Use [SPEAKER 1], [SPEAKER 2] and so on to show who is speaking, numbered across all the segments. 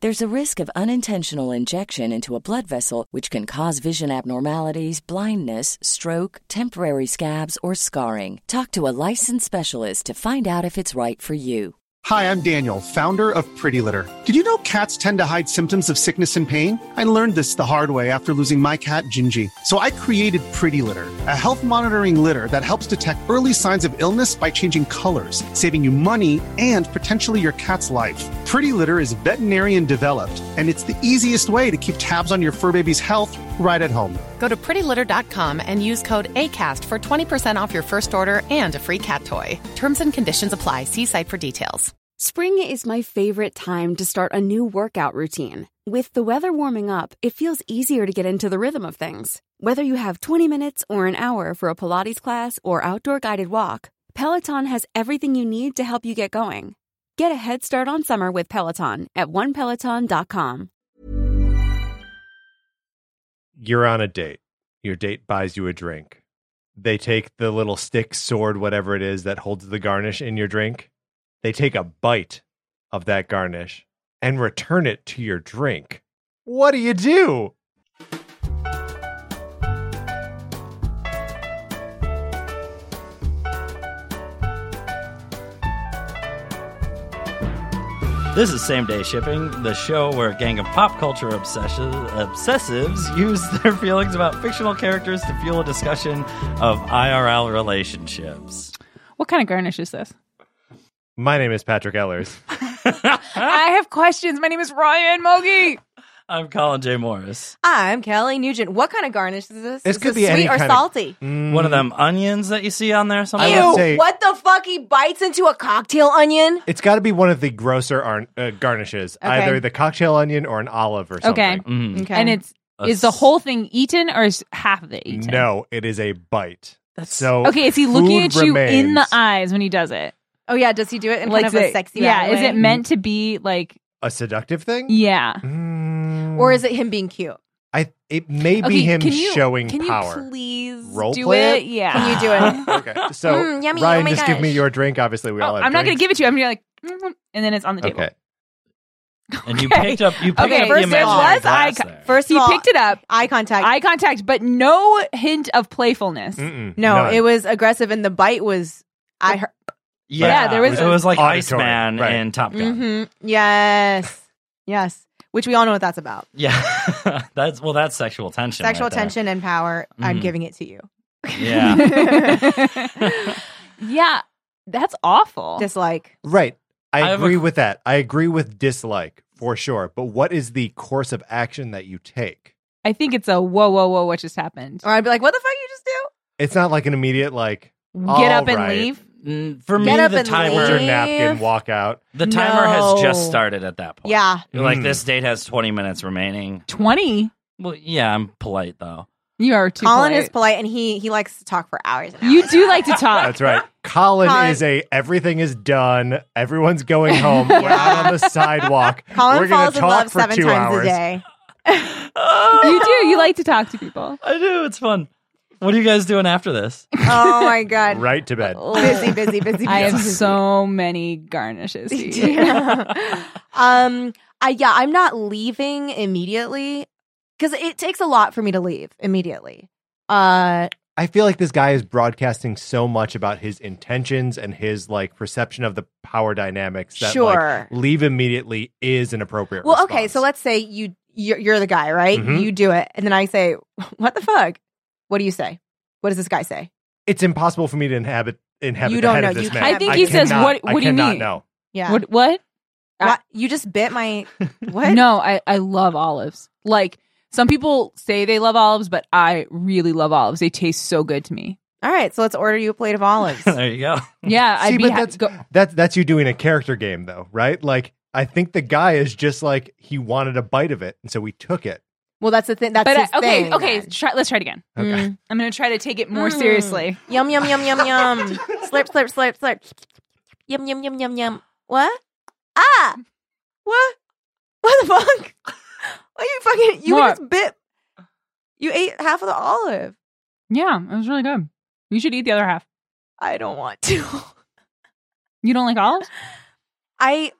[SPEAKER 1] There's a risk of unintentional injection into a blood vessel, which can cause vision abnormalities, blindness, stroke, temporary scabs, or scarring. Talk to a licensed specialist to find out if it's right for you.
[SPEAKER 2] Hi, I'm Daniel, founder of Pretty Litter. Did you know cats tend to hide symptoms of sickness and pain? I learned this the hard way after losing my cat, Gingy. So I created Pretty Litter, a health monitoring litter that helps detect early signs of illness by changing colors, saving you money and potentially your cat's life. Pretty Litter is veterinarian developed, and it's the easiest way to keep tabs on your fur baby's health right at home.
[SPEAKER 3] Go to prettylitter.com and use code ACAST for 20% off your first order and a free cat toy. Terms and conditions apply. See site for details.
[SPEAKER 4] Spring is my favorite time to start a new workout routine. With the weather warming up, it feels easier to get into the rhythm of things. Whether you have 20 minutes or an hour for a Pilates class or outdoor guided walk, Peloton has everything you need to help you get going. Get a head start on summer with Peloton at onepeloton.com.
[SPEAKER 5] you're on a date. Your date buys you a drink. They take the little stick, sword, whatever it is that holds the garnish in your drink. They take a bite of that garnish and return it to your drink. What do you do?
[SPEAKER 6] This is Same Day Shipping, the show where a gang of pop culture obsessi- obsessives use their feelings about fictional characters to fuel a discussion of IRL relationships.
[SPEAKER 7] What kind of garnish is this?
[SPEAKER 5] My name is Patrick Ellers.
[SPEAKER 7] I have questions. My name is Ryan Mogi.
[SPEAKER 6] I'm Colin J. Morris.
[SPEAKER 8] I'm Kelly Nugent. What kind of garnish is this?
[SPEAKER 5] This
[SPEAKER 8] is
[SPEAKER 5] could
[SPEAKER 8] this
[SPEAKER 5] be any
[SPEAKER 8] sweet or
[SPEAKER 5] kind of-
[SPEAKER 8] salty?
[SPEAKER 6] One of them onions that you see on there
[SPEAKER 5] I
[SPEAKER 6] somewhere.
[SPEAKER 5] would
[SPEAKER 8] Ew!
[SPEAKER 5] say-
[SPEAKER 8] what the fuck? He bites into a cocktail onion.
[SPEAKER 5] It's got to be one of the grosser arn- uh, garnishes,
[SPEAKER 8] Okay.
[SPEAKER 5] either the cocktail onion or an olive or
[SPEAKER 7] Okay.
[SPEAKER 5] something.
[SPEAKER 6] Mm.
[SPEAKER 8] Okay,
[SPEAKER 7] And it's
[SPEAKER 6] A
[SPEAKER 7] is the whole thing eaten or is half of it eaten?
[SPEAKER 5] No, it is a bite.
[SPEAKER 6] That's-
[SPEAKER 5] so
[SPEAKER 7] Okay, is he looking
[SPEAKER 5] food
[SPEAKER 7] at you in the
[SPEAKER 5] remains
[SPEAKER 7] eyes when he does it?
[SPEAKER 8] oh yeah, does he do it in kind of
[SPEAKER 7] is
[SPEAKER 8] a
[SPEAKER 7] it-
[SPEAKER 8] sexy?
[SPEAKER 7] Yeah, is
[SPEAKER 8] way?
[SPEAKER 7] it meant to be like
[SPEAKER 5] A seductive thing?
[SPEAKER 7] yeah?
[SPEAKER 5] Mm.
[SPEAKER 8] or is it him being cute?
[SPEAKER 5] I it may be
[SPEAKER 7] okay,
[SPEAKER 5] him
[SPEAKER 7] can you,
[SPEAKER 5] showing
[SPEAKER 7] can
[SPEAKER 5] power.
[SPEAKER 7] you please
[SPEAKER 5] Role
[SPEAKER 7] do
[SPEAKER 5] play it?
[SPEAKER 7] it? Yeah.
[SPEAKER 8] Can you do it?
[SPEAKER 5] okay. So
[SPEAKER 8] Mm, yummy. Oh
[SPEAKER 5] Ryan,
[SPEAKER 8] my
[SPEAKER 5] just give me
[SPEAKER 8] gosh.
[SPEAKER 5] your drink. Obviously, we all
[SPEAKER 7] Oh,
[SPEAKER 5] have
[SPEAKER 7] I'm not going to
[SPEAKER 5] drinks.
[SPEAKER 7] give it to you. I'm going to like, mm, and then it's on the table.
[SPEAKER 5] Okay.
[SPEAKER 6] And you picked up you picked
[SPEAKER 7] Okay,
[SPEAKER 6] up the
[SPEAKER 7] first of all,
[SPEAKER 6] imaginary
[SPEAKER 7] was
[SPEAKER 6] glass
[SPEAKER 7] I-
[SPEAKER 6] there.
[SPEAKER 8] First
[SPEAKER 7] He
[SPEAKER 8] of all,
[SPEAKER 7] picked it up,
[SPEAKER 8] eye contact.
[SPEAKER 7] eye contact, but no hint of playfulness.
[SPEAKER 5] Mm-mm,
[SPEAKER 8] no,
[SPEAKER 5] none.
[SPEAKER 8] it was aggressive, and the bite was. I heard.
[SPEAKER 6] yeah,
[SPEAKER 7] yeah, there
[SPEAKER 6] there
[SPEAKER 7] was
[SPEAKER 6] was it was like
[SPEAKER 5] Auditory,
[SPEAKER 6] Iceman
[SPEAKER 5] right.
[SPEAKER 6] and Top Gun.
[SPEAKER 8] Mm-hmm. Yes, yes. Which we all know what that's about.
[SPEAKER 6] Yeah, that's well, that's sexual tension.
[SPEAKER 8] Sexual
[SPEAKER 6] right there.
[SPEAKER 8] tension and power. I'm
[SPEAKER 6] Mhm.
[SPEAKER 8] giving it to you.
[SPEAKER 6] Yeah,
[SPEAKER 7] yeah, that's awful.
[SPEAKER 8] Dislike.
[SPEAKER 5] Right. I,
[SPEAKER 6] I have a-
[SPEAKER 5] agree with that. I agree with dislike for sure. But what is the course of action that you take?
[SPEAKER 7] I think it's a whoa, whoa, whoa, what just happened?
[SPEAKER 8] Or I'd be like, what the fuck you just do?
[SPEAKER 5] It's not like an immediate like
[SPEAKER 7] Get
[SPEAKER 5] all
[SPEAKER 7] up and
[SPEAKER 5] right.
[SPEAKER 7] leave.
[SPEAKER 6] Mm, for me,
[SPEAKER 8] Get up
[SPEAKER 6] the
[SPEAKER 8] and
[SPEAKER 5] Put
[SPEAKER 6] timer
[SPEAKER 5] your
[SPEAKER 8] leave.
[SPEAKER 5] napkin, walk out.
[SPEAKER 6] the timer has just
[SPEAKER 8] No.
[SPEAKER 6] started at that point.
[SPEAKER 8] Yeah.
[SPEAKER 6] You're like
[SPEAKER 5] Mm.
[SPEAKER 6] this date has 20 minutes remaining.
[SPEAKER 7] 20?
[SPEAKER 6] Well, yeah, I'm polite though.
[SPEAKER 7] You are too
[SPEAKER 8] Colin
[SPEAKER 7] polite.
[SPEAKER 8] is polite and he he likes to talk for hours. And hours.
[SPEAKER 7] You do like to talk.
[SPEAKER 5] That's right. Colin,
[SPEAKER 8] Colin-
[SPEAKER 5] is a everything is done. Everyone's going home. We're out on the sidewalk.
[SPEAKER 8] Colin
[SPEAKER 5] We're gonna
[SPEAKER 8] falls in
[SPEAKER 5] talk
[SPEAKER 8] love
[SPEAKER 5] for
[SPEAKER 8] seven
[SPEAKER 5] two
[SPEAKER 8] times a
[SPEAKER 5] hours.
[SPEAKER 8] day.
[SPEAKER 6] Oh,
[SPEAKER 7] You do. You like to talk to people.
[SPEAKER 6] I do. It's fun. What are you guys doing after this?
[SPEAKER 8] Oh my god.
[SPEAKER 5] Right to bed.
[SPEAKER 8] Busy, busy, busy.
[SPEAKER 7] I have
[SPEAKER 8] busy.
[SPEAKER 7] so many garnishes. to eat.
[SPEAKER 8] um. I yeah. I'm not leaving immediately because it takes a lot for me to leave immediately. Uh.
[SPEAKER 5] I feel like this guy is broadcasting so much about his intentions and his like perception of the power dynamics that
[SPEAKER 8] Sure.
[SPEAKER 5] like leave immediately is an appropriate.
[SPEAKER 8] Well. Okay.
[SPEAKER 5] response.
[SPEAKER 8] So let's say you you're, you're the guy, right?
[SPEAKER 5] Mhm.
[SPEAKER 8] You do it, and then I say, "What the fuck? What do you say? What does this guy say?"
[SPEAKER 5] it's impossible for me to inhabit inhabit
[SPEAKER 8] You
[SPEAKER 5] the
[SPEAKER 8] don't
[SPEAKER 5] head
[SPEAKER 8] know.
[SPEAKER 5] of this
[SPEAKER 8] You
[SPEAKER 5] man.
[SPEAKER 8] can't- I think
[SPEAKER 7] he says,
[SPEAKER 5] cannot-
[SPEAKER 7] what-
[SPEAKER 5] I
[SPEAKER 7] what do you
[SPEAKER 5] cannot
[SPEAKER 7] mean?
[SPEAKER 5] know.
[SPEAKER 9] Yeah.
[SPEAKER 7] What? What?
[SPEAKER 9] Why- you just bit my what?
[SPEAKER 7] No, I, I love olives. Like some people say they love olives, but I really love olives. They taste so good to me.
[SPEAKER 9] All right, so let's order you a plate of olives.
[SPEAKER 6] there you go.
[SPEAKER 7] Yeah,
[SPEAKER 5] See,
[SPEAKER 7] I'd be
[SPEAKER 5] but
[SPEAKER 7] ha-
[SPEAKER 5] that's-
[SPEAKER 7] go-
[SPEAKER 5] That's that's you doing a character game though, right? Like I think the guy is just like he wanted a bite of it, and so we took it.
[SPEAKER 9] well, that's the thing. That's
[SPEAKER 7] But
[SPEAKER 9] his
[SPEAKER 7] I, okay,
[SPEAKER 9] thing,
[SPEAKER 7] okay,
[SPEAKER 9] then.
[SPEAKER 7] try, let's try it again.
[SPEAKER 5] Okay.
[SPEAKER 8] Hmm.
[SPEAKER 9] Mm.
[SPEAKER 7] I'm gonna try to take it more
[SPEAKER 9] Mm.
[SPEAKER 7] seriously.
[SPEAKER 9] Yum yum yum yum yum. slurp slurp slurp slurp. Yum yum yum yum yum. What? Ah. What? What the fuck? Why you fucking? You
[SPEAKER 7] What?
[SPEAKER 9] just bit. You ate half of the olive.
[SPEAKER 7] Yeah, it was really good. You should eat the other half.
[SPEAKER 9] I don't want to.
[SPEAKER 7] You don't like olives?
[SPEAKER 9] I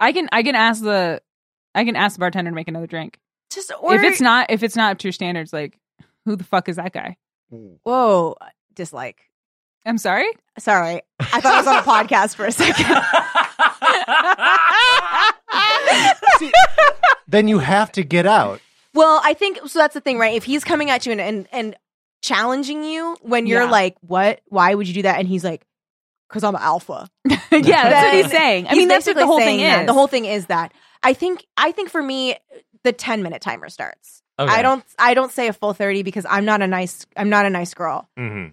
[SPEAKER 7] I can I can ask the I can ask the bartender to make another drink.
[SPEAKER 9] just order.
[SPEAKER 7] If it's not if it's not up to your standards, like who the fuck is that guy?
[SPEAKER 9] whoa, dislike.
[SPEAKER 7] I'm sorry.
[SPEAKER 9] Sorry, I thought I was on a podcast for a second.
[SPEAKER 5] Then you have to get out.
[SPEAKER 9] Well, I think so. That's the thing, right? If he's coming at you and and, and challenging you when you're
[SPEAKER 7] Yeah.
[SPEAKER 9] like, "What? Why would you do that?" and he's like, "Cause I'm alpha."
[SPEAKER 7] yeah, that's what
[SPEAKER 9] Then
[SPEAKER 7] he's saying. I
[SPEAKER 9] He's
[SPEAKER 7] mean, that's what
[SPEAKER 9] basically
[SPEAKER 7] the whole
[SPEAKER 9] saying
[SPEAKER 7] thing
[SPEAKER 9] that.
[SPEAKER 7] is.
[SPEAKER 9] The whole thing is that I think I think for me, the ten minute timer starts.
[SPEAKER 6] Okay.
[SPEAKER 9] I don't I don't say a full thirty because I'm not a nice I'm not a nice girl.
[SPEAKER 5] hmm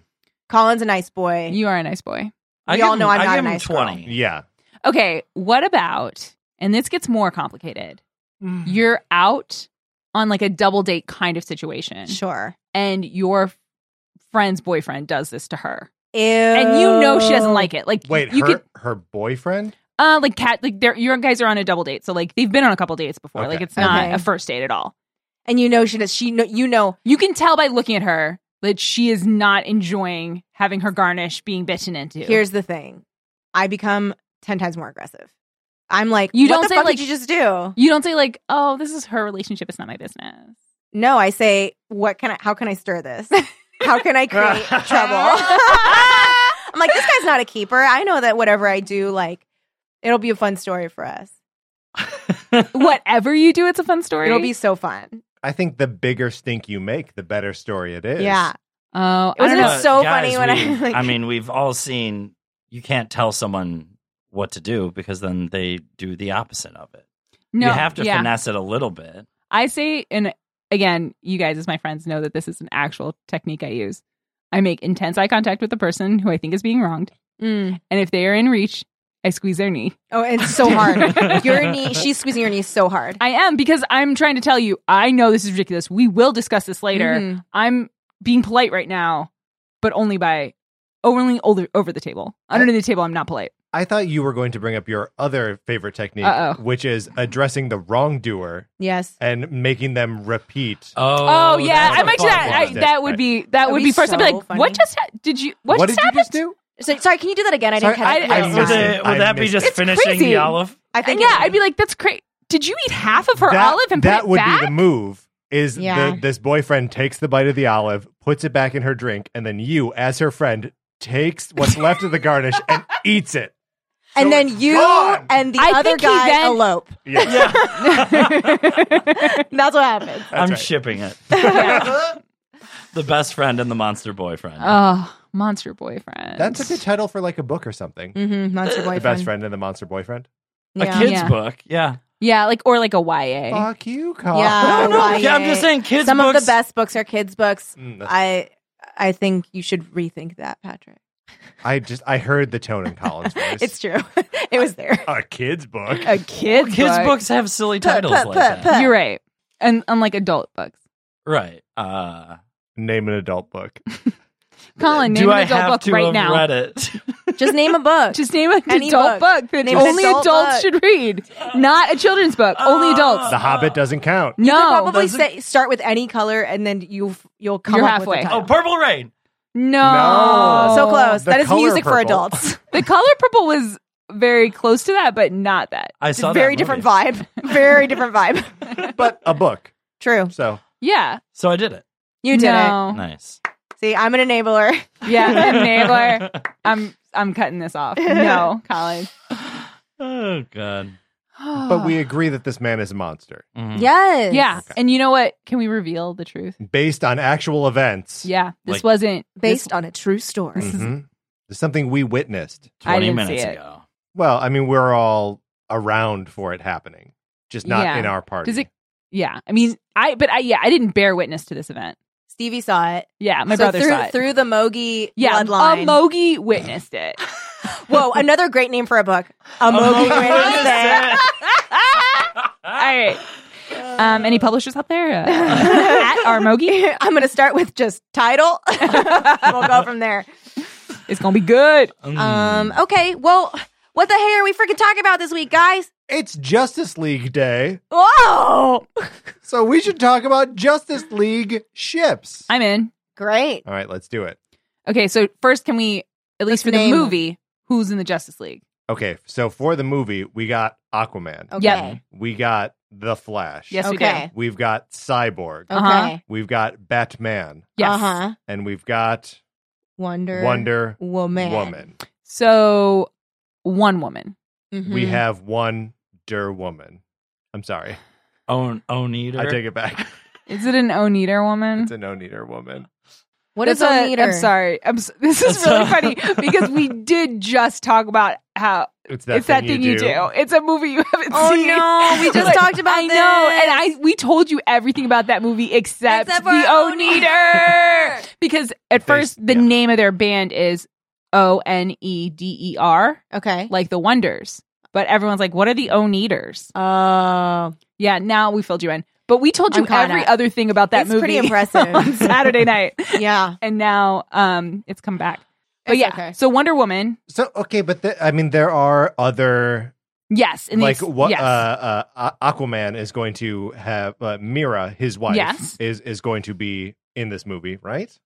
[SPEAKER 9] Colin's a nice boy.
[SPEAKER 7] you are a nice boy.
[SPEAKER 6] I
[SPEAKER 9] we
[SPEAKER 6] give
[SPEAKER 9] all
[SPEAKER 6] him-
[SPEAKER 9] know I'm
[SPEAKER 6] I
[SPEAKER 9] not
[SPEAKER 6] give
[SPEAKER 9] a
[SPEAKER 6] him
[SPEAKER 9] nice girl.
[SPEAKER 6] twenty.
[SPEAKER 5] Yeah.
[SPEAKER 7] Okay, what about and this gets more complicated.
[SPEAKER 9] Mm-hmm.
[SPEAKER 7] You're out on like a double date kind of situation.
[SPEAKER 9] sure?
[SPEAKER 7] And your f- friend's boyfriend does this to her.
[SPEAKER 9] Ew.
[SPEAKER 7] And you know she doesn't like it. Like
[SPEAKER 5] Wait,
[SPEAKER 7] you
[SPEAKER 5] her
[SPEAKER 7] could
[SPEAKER 5] her boyfriend?
[SPEAKER 7] uh like cat like they're you guys are on a double date. So like they've been on a couple dates before. Like
[SPEAKER 5] Okay.
[SPEAKER 7] it's not
[SPEAKER 9] Okay.
[SPEAKER 7] a first date at all.
[SPEAKER 9] And you know she does. She know you know.
[SPEAKER 7] You can tell by looking at her that she is not enjoying having her garnish being bitten into.
[SPEAKER 9] Here's the thing, I become ten times more aggressive. I'm like,
[SPEAKER 7] You
[SPEAKER 9] what
[SPEAKER 7] don't
[SPEAKER 9] the
[SPEAKER 7] say,
[SPEAKER 9] fuck
[SPEAKER 7] like-
[SPEAKER 9] did you just do?
[SPEAKER 7] you don't say like, "Oh, this is her relationship. It's not my business."
[SPEAKER 9] No, I say, what can I? How can I stir this? How can I create trouble? I'm like, this guy's not a keeper. I know that whatever I do, like, it'll be a fun story for us.
[SPEAKER 7] Whatever you do, it's a fun story.
[SPEAKER 9] It'll be so fun.
[SPEAKER 5] I think the bigger stink you make, the better story it is.
[SPEAKER 9] Yeah,
[SPEAKER 7] Oh, I
[SPEAKER 9] Wasn't
[SPEAKER 7] don't
[SPEAKER 9] it
[SPEAKER 7] know.
[SPEAKER 9] It's so funny when
[SPEAKER 6] we-
[SPEAKER 9] I, like-
[SPEAKER 6] I mean, we've all seen you can't tell someone what to do because then they do the opposite of it.
[SPEAKER 7] No,
[SPEAKER 6] you have to
[SPEAKER 7] yeah.
[SPEAKER 6] finesse it a little bit.
[SPEAKER 7] I say, and again, you guys as my friends know that this is an actual technique I use. I make intense eye contact with the person who I think is being wronged, and if they are in reach, I squeeze their knee.
[SPEAKER 9] Mm. oh, it's so hard. your knee, she's squeezing your knee so hard.
[SPEAKER 7] I am because I'm trying to tell you, I know this is ridiculous. We will discuss this later.
[SPEAKER 9] Mhm.
[SPEAKER 7] I'm being polite right now, but only by only over, over the table. Under the table, I'm not polite.
[SPEAKER 5] I thought you were going to bring up your other favorite technique,
[SPEAKER 7] Uh-oh.
[SPEAKER 5] which is addressing the wrongdoer
[SPEAKER 9] Yes,
[SPEAKER 5] and making them repeat.
[SPEAKER 7] Oh, yeah,
[SPEAKER 5] that's
[SPEAKER 7] I
[SPEAKER 5] a
[SPEAKER 7] might do
[SPEAKER 5] fun
[SPEAKER 7] that. I,
[SPEAKER 5] one.
[SPEAKER 7] that would be that
[SPEAKER 9] That'd
[SPEAKER 7] would
[SPEAKER 9] be
[SPEAKER 7] be first. I'd be
[SPEAKER 9] so
[SPEAKER 7] like,
[SPEAKER 9] funny.
[SPEAKER 7] what just happened? Did you what,
[SPEAKER 5] what
[SPEAKER 7] just
[SPEAKER 5] did
[SPEAKER 7] happened?
[SPEAKER 5] you just do?
[SPEAKER 9] So, sorry, can you do that again? I didn't
[SPEAKER 5] Sorry,
[SPEAKER 9] catch it.
[SPEAKER 7] I-
[SPEAKER 9] last
[SPEAKER 7] I
[SPEAKER 6] would
[SPEAKER 5] missed
[SPEAKER 9] time.
[SPEAKER 5] it.
[SPEAKER 6] they- would that be
[SPEAKER 5] missed
[SPEAKER 6] just
[SPEAKER 7] it. It's
[SPEAKER 6] finishing
[SPEAKER 7] crazy.
[SPEAKER 6] the olive?
[SPEAKER 9] I think
[SPEAKER 7] yeah,
[SPEAKER 9] it-
[SPEAKER 7] I'd be like, that's great. Did you eat half of her
[SPEAKER 5] that,
[SPEAKER 7] olive and
[SPEAKER 5] that
[SPEAKER 7] put it
[SPEAKER 5] would
[SPEAKER 7] back?
[SPEAKER 5] be the move. Is
[SPEAKER 9] Yeah.
[SPEAKER 5] the, this boyfriend takes the bite of the olive, puts it back in her drink, and then you, as her friend, takes what's left of the garnish and eats it.
[SPEAKER 9] and
[SPEAKER 5] so
[SPEAKER 9] then
[SPEAKER 5] it's
[SPEAKER 9] you
[SPEAKER 5] gone.
[SPEAKER 9] and the
[SPEAKER 7] I
[SPEAKER 9] other
[SPEAKER 7] think he
[SPEAKER 9] guy
[SPEAKER 7] then-
[SPEAKER 9] elope.
[SPEAKER 5] Yeah.
[SPEAKER 9] That's what happens.
[SPEAKER 5] That's
[SPEAKER 6] I'm
[SPEAKER 5] right.
[SPEAKER 6] shipping it.
[SPEAKER 7] Yeah.
[SPEAKER 6] the best friend and the monster boyfriend.
[SPEAKER 7] oh, monster boyfriend.
[SPEAKER 5] That's a good title for like a book or
[SPEAKER 7] Mm,
[SPEAKER 5] something.
[SPEAKER 9] Mm-hmm. Monster boyfriend.
[SPEAKER 5] The best friend and the monster boyfriend.
[SPEAKER 6] a
[SPEAKER 9] Yeah.
[SPEAKER 6] kid's
[SPEAKER 7] Yeah.
[SPEAKER 6] book. Yeah.
[SPEAKER 7] yeah, like or like a YA.
[SPEAKER 5] Fuck you, Carl.
[SPEAKER 9] Yeah.
[SPEAKER 6] No,
[SPEAKER 9] YA.
[SPEAKER 6] yeah, I'm just saying kids
[SPEAKER 9] Oh, Some
[SPEAKER 6] books.
[SPEAKER 9] of the best books are kids' books.
[SPEAKER 5] Mm, that's-
[SPEAKER 9] I I think you should rethink that, Patrick.
[SPEAKER 5] I just I heard the tone in Colin's voice.
[SPEAKER 9] It's true. it was there.
[SPEAKER 5] a kid's book.
[SPEAKER 7] A kid's
[SPEAKER 6] kids books have silly titles
[SPEAKER 9] put,
[SPEAKER 6] like that.
[SPEAKER 9] put, put.
[SPEAKER 7] You're right, and unlike adult books.
[SPEAKER 6] Right. Uh,
[SPEAKER 5] Name an adult book.
[SPEAKER 7] Colin, name
[SPEAKER 6] do
[SPEAKER 7] an
[SPEAKER 6] I
[SPEAKER 7] adult
[SPEAKER 6] have
[SPEAKER 7] book
[SPEAKER 6] to
[SPEAKER 7] right
[SPEAKER 6] have
[SPEAKER 7] now.
[SPEAKER 6] read it?
[SPEAKER 9] Just name a book.
[SPEAKER 7] Just name an
[SPEAKER 9] Any
[SPEAKER 7] adult
[SPEAKER 9] book.
[SPEAKER 7] book that
[SPEAKER 9] Name an
[SPEAKER 7] only
[SPEAKER 9] adult
[SPEAKER 7] adults
[SPEAKER 9] book.
[SPEAKER 7] should read, not a children's book. only adults.
[SPEAKER 5] The Hobbit doesn't count.
[SPEAKER 9] you could
[SPEAKER 7] no,
[SPEAKER 9] probably
[SPEAKER 6] Those are-
[SPEAKER 9] say, start with any color, and then you you'll come
[SPEAKER 7] You're
[SPEAKER 9] up with a
[SPEAKER 7] halfway. Oh.
[SPEAKER 6] oh,
[SPEAKER 9] title.
[SPEAKER 6] Purple Rain.
[SPEAKER 7] no,
[SPEAKER 5] No.
[SPEAKER 9] so close.
[SPEAKER 5] The
[SPEAKER 9] that is
[SPEAKER 5] color
[SPEAKER 9] music for
[SPEAKER 5] purple.
[SPEAKER 9] adults.
[SPEAKER 7] The color purple was very close to that, but not that.
[SPEAKER 6] I saw that
[SPEAKER 9] Very
[SPEAKER 6] movie.
[SPEAKER 9] different vibe. Very different vibe.
[SPEAKER 5] But a book.
[SPEAKER 9] True.
[SPEAKER 5] So
[SPEAKER 7] Yeah,
[SPEAKER 6] So I did it.
[SPEAKER 9] You did
[SPEAKER 7] no.
[SPEAKER 6] Nice.
[SPEAKER 9] it. See, I'm an enabler.
[SPEAKER 7] Yeah, enabler. I'm I'm cutting this off. No, Colin.
[SPEAKER 6] Oh god.
[SPEAKER 5] but
[SPEAKER 7] Ah.
[SPEAKER 5] we agree that this man is a monster.
[SPEAKER 6] Mhm.
[SPEAKER 9] Yes.
[SPEAKER 7] Mm. yeah, and you know what? Can we reveal the truth?
[SPEAKER 5] Based on actual events.
[SPEAKER 7] Yeah, this
[SPEAKER 6] Like-
[SPEAKER 7] wasn't this-
[SPEAKER 9] Based on a true story.
[SPEAKER 5] Mm-hmm. Mhm. Something we witnessed.
[SPEAKER 7] I
[SPEAKER 6] Twenty
[SPEAKER 7] didn't see
[SPEAKER 6] minutes
[SPEAKER 7] it.
[SPEAKER 6] ago.
[SPEAKER 5] Well, I mean, we're all around for it happening, just not
[SPEAKER 7] Yeah.
[SPEAKER 5] in our party.
[SPEAKER 7] Does it? Yeah, I mean, I but I yeah, I didn't bear witness to this event.
[SPEAKER 9] Stevie saw it.
[SPEAKER 7] Yeah, my
[SPEAKER 9] so
[SPEAKER 7] brother
[SPEAKER 9] through,
[SPEAKER 7] saw it.
[SPEAKER 9] through the Mogi
[SPEAKER 7] yeah,
[SPEAKER 9] bloodline.
[SPEAKER 7] a Mogi witnessed it.
[SPEAKER 9] um, Whoa, another great name for a book. A
[SPEAKER 6] Oh,
[SPEAKER 9] Mogi
[SPEAKER 6] what is
[SPEAKER 9] witnessed
[SPEAKER 6] it?
[SPEAKER 7] All right. Um, any publishers out there uh, at our Mogi?
[SPEAKER 9] it. I'm going to start with just title. we'll go from there.
[SPEAKER 7] It's gonna be good.
[SPEAKER 9] Um. Okay. Well, what the hey are we freaking talking about this week, guys?
[SPEAKER 5] It's Justice League Day,
[SPEAKER 9] Whoa!
[SPEAKER 5] so we should talk about Justice League ships.
[SPEAKER 7] I'm in.
[SPEAKER 9] Great.
[SPEAKER 5] All right, let's do do it.
[SPEAKER 7] Okay, so first, can we at least for the
[SPEAKER 9] name them.
[SPEAKER 7] movie? Who's in the Justice League?
[SPEAKER 5] Okay, so for the movie, we got Aquaman.
[SPEAKER 9] Okay.
[SPEAKER 7] Yep.
[SPEAKER 9] Okay.
[SPEAKER 5] We got The Flash.
[SPEAKER 7] Oh. Yes, we
[SPEAKER 9] Okay.
[SPEAKER 7] do.
[SPEAKER 5] We've got Cyborg.
[SPEAKER 7] Uh-huh.
[SPEAKER 5] We've got Batman.
[SPEAKER 7] Yes.
[SPEAKER 9] Uh-huh.
[SPEAKER 5] And we've got
[SPEAKER 9] Wonder.
[SPEAKER 5] Wonder
[SPEAKER 7] Oh,
[SPEAKER 9] Woman.
[SPEAKER 5] Woman.
[SPEAKER 7] So one woman. Mm-hmm.
[SPEAKER 9] Mhm.
[SPEAKER 5] We have Wonder Woman. I'm sorry.
[SPEAKER 6] Own own eater.
[SPEAKER 5] I take it back.
[SPEAKER 7] Is it an Oneater woman?
[SPEAKER 5] It's a no neater woman.
[SPEAKER 9] What is
[SPEAKER 7] That's
[SPEAKER 9] a
[SPEAKER 7] a- I'm sorry. I'm, s- this is
[SPEAKER 6] That's
[SPEAKER 7] really
[SPEAKER 6] a-
[SPEAKER 7] funny because we did just talk about how
[SPEAKER 5] It's that
[SPEAKER 7] it's
[SPEAKER 5] thing
[SPEAKER 7] that thing you do. It's a movie you haven't
[SPEAKER 9] Oh
[SPEAKER 7] seen.
[SPEAKER 9] no! We just
[SPEAKER 7] Like,
[SPEAKER 9] talked about
[SPEAKER 7] I
[SPEAKER 9] this.
[SPEAKER 7] know, and I we told you everything about that movie except,
[SPEAKER 9] Except
[SPEAKER 7] the
[SPEAKER 9] for our
[SPEAKER 7] O
[SPEAKER 9] own
[SPEAKER 7] Eater. because at
[SPEAKER 5] They-
[SPEAKER 7] first the
[SPEAKER 5] yeah.
[SPEAKER 7] name of their band is O N E D E R,
[SPEAKER 9] Okay.
[SPEAKER 7] like the Wonders. But everyone's like, "What are the O Eaters?"
[SPEAKER 9] Oh,
[SPEAKER 7] Yeah, now we filled you in. But we told you
[SPEAKER 9] I'm caught
[SPEAKER 7] every
[SPEAKER 9] up.
[SPEAKER 7] other thing about that
[SPEAKER 9] It's
[SPEAKER 7] movie.
[SPEAKER 9] pretty impressive.
[SPEAKER 7] on Saturday night,
[SPEAKER 9] yeah.
[SPEAKER 7] and now um, it's come back. But
[SPEAKER 9] It's
[SPEAKER 7] yeah,
[SPEAKER 9] okay.
[SPEAKER 7] so Wonder Woman,
[SPEAKER 5] So okay, but the, I mean there are other
[SPEAKER 7] yes, and
[SPEAKER 5] like
[SPEAKER 7] these-
[SPEAKER 5] what
[SPEAKER 7] yes.
[SPEAKER 5] uh, uh, A- Aquaman is going to have uh, Mira, his wife,
[SPEAKER 7] Yes.
[SPEAKER 5] is is going to be in this movie, right?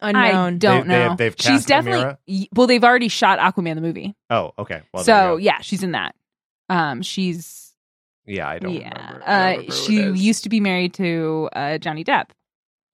[SPEAKER 7] I don't
[SPEAKER 5] They- they
[SPEAKER 7] know.
[SPEAKER 5] have- they've
[SPEAKER 7] she's
[SPEAKER 5] cast
[SPEAKER 7] definitely
[SPEAKER 5] Amira?
[SPEAKER 7] y- well. They've already shot Aquaman the movie,
[SPEAKER 5] Oh, okay. Well, there
[SPEAKER 7] so
[SPEAKER 5] you
[SPEAKER 7] yeah, she's in that. Um, she's
[SPEAKER 5] go. yeah, I don't.
[SPEAKER 7] yeah.
[SPEAKER 5] remember- I don't
[SPEAKER 7] uh,
[SPEAKER 5] remember who
[SPEAKER 7] she
[SPEAKER 5] it is.
[SPEAKER 7] used to be married to uh, Johnny Depp,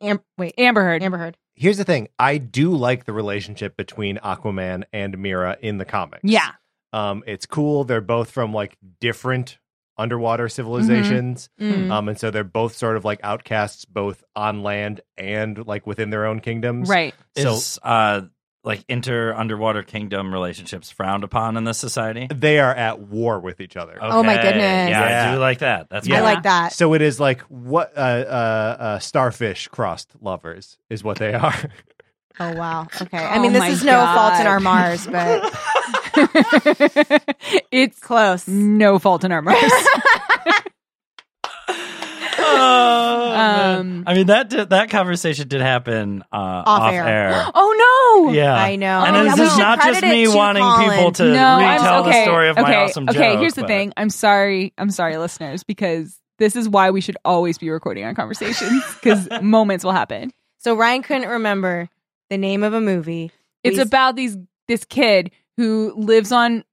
[SPEAKER 9] Am- wait.
[SPEAKER 7] Amber Heard.
[SPEAKER 9] Amber Heard.
[SPEAKER 5] Here's the thing: I do like the relationship between Aquaman and Mira in the comics.
[SPEAKER 7] Yeah,
[SPEAKER 5] um, it's cool. They're both from like different underwater civilizations,
[SPEAKER 7] Hmm.
[SPEAKER 9] Mm.
[SPEAKER 5] um, and so they're both sort of like outcasts, both on land and like within their own kingdoms.
[SPEAKER 7] right.
[SPEAKER 5] So
[SPEAKER 6] Is uh like inter underwater kingdom relationships frowned upon in this society?
[SPEAKER 5] they are at war with each other.
[SPEAKER 9] Oh my
[SPEAKER 6] Okay.
[SPEAKER 9] goodness.
[SPEAKER 6] Yeah,
[SPEAKER 5] Yeah.
[SPEAKER 6] I do like that. That's
[SPEAKER 5] Yeah.
[SPEAKER 9] I
[SPEAKER 6] good.
[SPEAKER 9] like that.
[SPEAKER 5] So it is like what uh, uh, uh, starfish crossed lovers is what they are.
[SPEAKER 9] oh wow. Okay.
[SPEAKER 7] Oh
[SPEAKER 9] I mean, this
[SPEAKER 7] my
[SPEAKER 9] is no fault in
[SPEAKER 7] God.
[SPEAKER 9] our Mars, but
[SPEAKER 7] it's
[SPEAKER 9] close.
[SPEAKER 7] no fault in our Mars.
[SPEAKER 6] Oh, man.
[SPEAKER 7] Um,
[SPEAKER 6] I mean that did, that conversation did happen uh, off,
[SPEAKER 9] air.
[SPEAKER 6] air.
[SPEAKER 7] oh no!
[SPEAKER 6] yeah,
[SPEAKER 9] I know.
[SPEAKER 6] And
[SPEAKER 7] Oh,
[SPEAKER 6] this
[SPEAKER 7] we
[SPEAKER 6] is
[SPEAKER 7] should
[SPEAKER 6] not just
[SPEAKER 9] credit it
[SPEAKER 6] me
[SPEAKER 9] to
[SPEAKER 6] wanting
[SPEAKER 9] Colin.
[SPEAKER 6] people to
[SPEAKER 7] no, I'm-
[SPEAKER 6] retell
[SPEAKER 7] okay,
[SPEAKER 6] the story of
[SPEAKER 7] okay,
[SPEAKER 6] my awesome
[SPEAKER 7] okay,
[SPEAKER 6] joke,
[SPEAKER 7] here's the
[SPEAKER 6] but-
[SPEAKER 7] thing. I'm sorry. I'm sorry, listeners, because this is why we should always be recording our conversations because moments will happen.
[SPEAKER 9] So Ryan couldn't remember the name of a movie.
[SPEAKER 7] It's
[SPEAKER 9] We-
[SPEAKER 7] about these this kid who lives on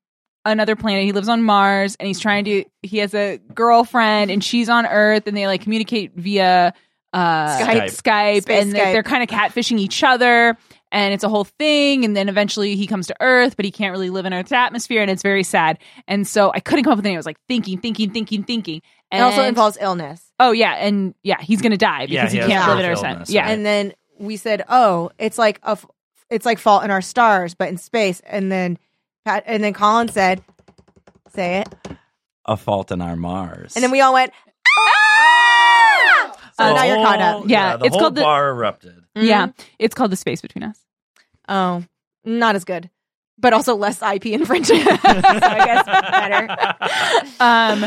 [SPEAKER 7] another planet. He lives on Mars and he's trying to he has a girlfriend and she's on Earth and they like communicate via uh
[SPEAKER 6] Skype.
[SPEAKER 7] Skype
[SPEAKER 9] Space
[SPEAKER 7] and they-
[SPEAKER 9] Skype.
[SPEAKER 7] they're kind of catfishing each other and it's a whole thing and then eventually he comes to Earth but he can't really live in Earth's atmosphere and it's very sad. And so I couldn't come up with anything. I was like thinking, thinking, thinking, thinking.
[SPEAKER 9] It also involves illness.
[SPEAKER 7] Oh yeah, and yeah, he's going to die
[SPEAKER 6] Yeah,
[SPEAKER 7] because
[SPEAKER 6] he has
[SPEAKER 7] he, can't live in
[SPEAKER 6] birth
[SPEAKER 7] Earth's
[SPEAKER 6] illness,
[SPEAKER 7] atmosphere. Yeah.
[SPEAKER 6] right?
[SPEAKER 9] And then we said, "Oh, it's like a, f- it's like Fault in Our Stars, but in space." And then, Pat, and then Colin said, "Say it."
[SPEAKER 6] A fault in our Mars.
[SPEAKER 9] And then we all went. "Ah!" So
[SPEAKER 6] The
[SPEAKER 9] now you're caught up.
[SPEAKER 6] whole-
[SPEAKER 7] Yeah,
[SPEAKER 6] the
[SPEAKER 7] it's
[SPEAKER 6] whole
[SPEAKER 7] called the-
[SPEAKER 6] bar erupted.
[SPEAKER 7] Yeah, it's called The Space Between Us.
[SPEAKER 9] Oh, not as good, but also less IP infringement. so I guess better.
[SPEAKER 7] um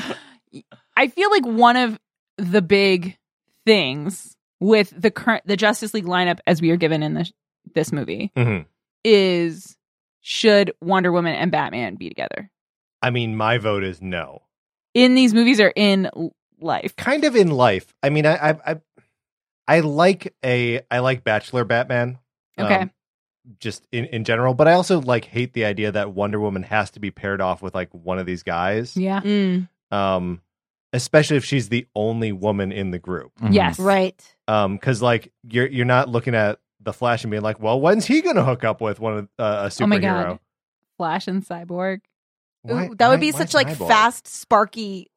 [SPEAKER 7] i feel like one of the big things with the current the justice league lineup as we are given in this this movie
[SPEAKER 5] Mhm.
[SPEAKER 7] is should wonder woman and batman be together
[SPEAKER 5] I mean, my vote is no.
[SPEAKER 7] in these movies or in l- life
[SPEAKER 5] Kind of in life. I mean, I I I, I like a I like Bachelor Batman. um,
[SPEAKER 7] Okay.
[SPEAKER 5] just in, in general, but I also like hate the idea that Wonder Woman has to be paired off with like one of these guys.
[SPEAKER 7] yeah
[SPEAKER 9] Mm,
[SPEAKER 5] Um especially if she's the only woman in the group.
[SPEAKER 6] Mm-hmm.
[SPEAKER 7] yes
[SPEAKER 9] right.
[SPEAKER 5] Um cuz like you're you're not looking at the Flash and being like, "Well, when's he going to hook up with one of uh, a superhero?"
[SPEAKER 7] Oh my God. flash and cyborg
[SPEAKER 5] Why-
[SPEAKER 9] Ooh, that
[SPEAKER 5] why-
[SPEAKER 9] would be
[SPEAKER 5] why
[SPEAKER 9] such like
[SPEAKER 5] Cyborg?
[SPEAKER 9] fast, sparky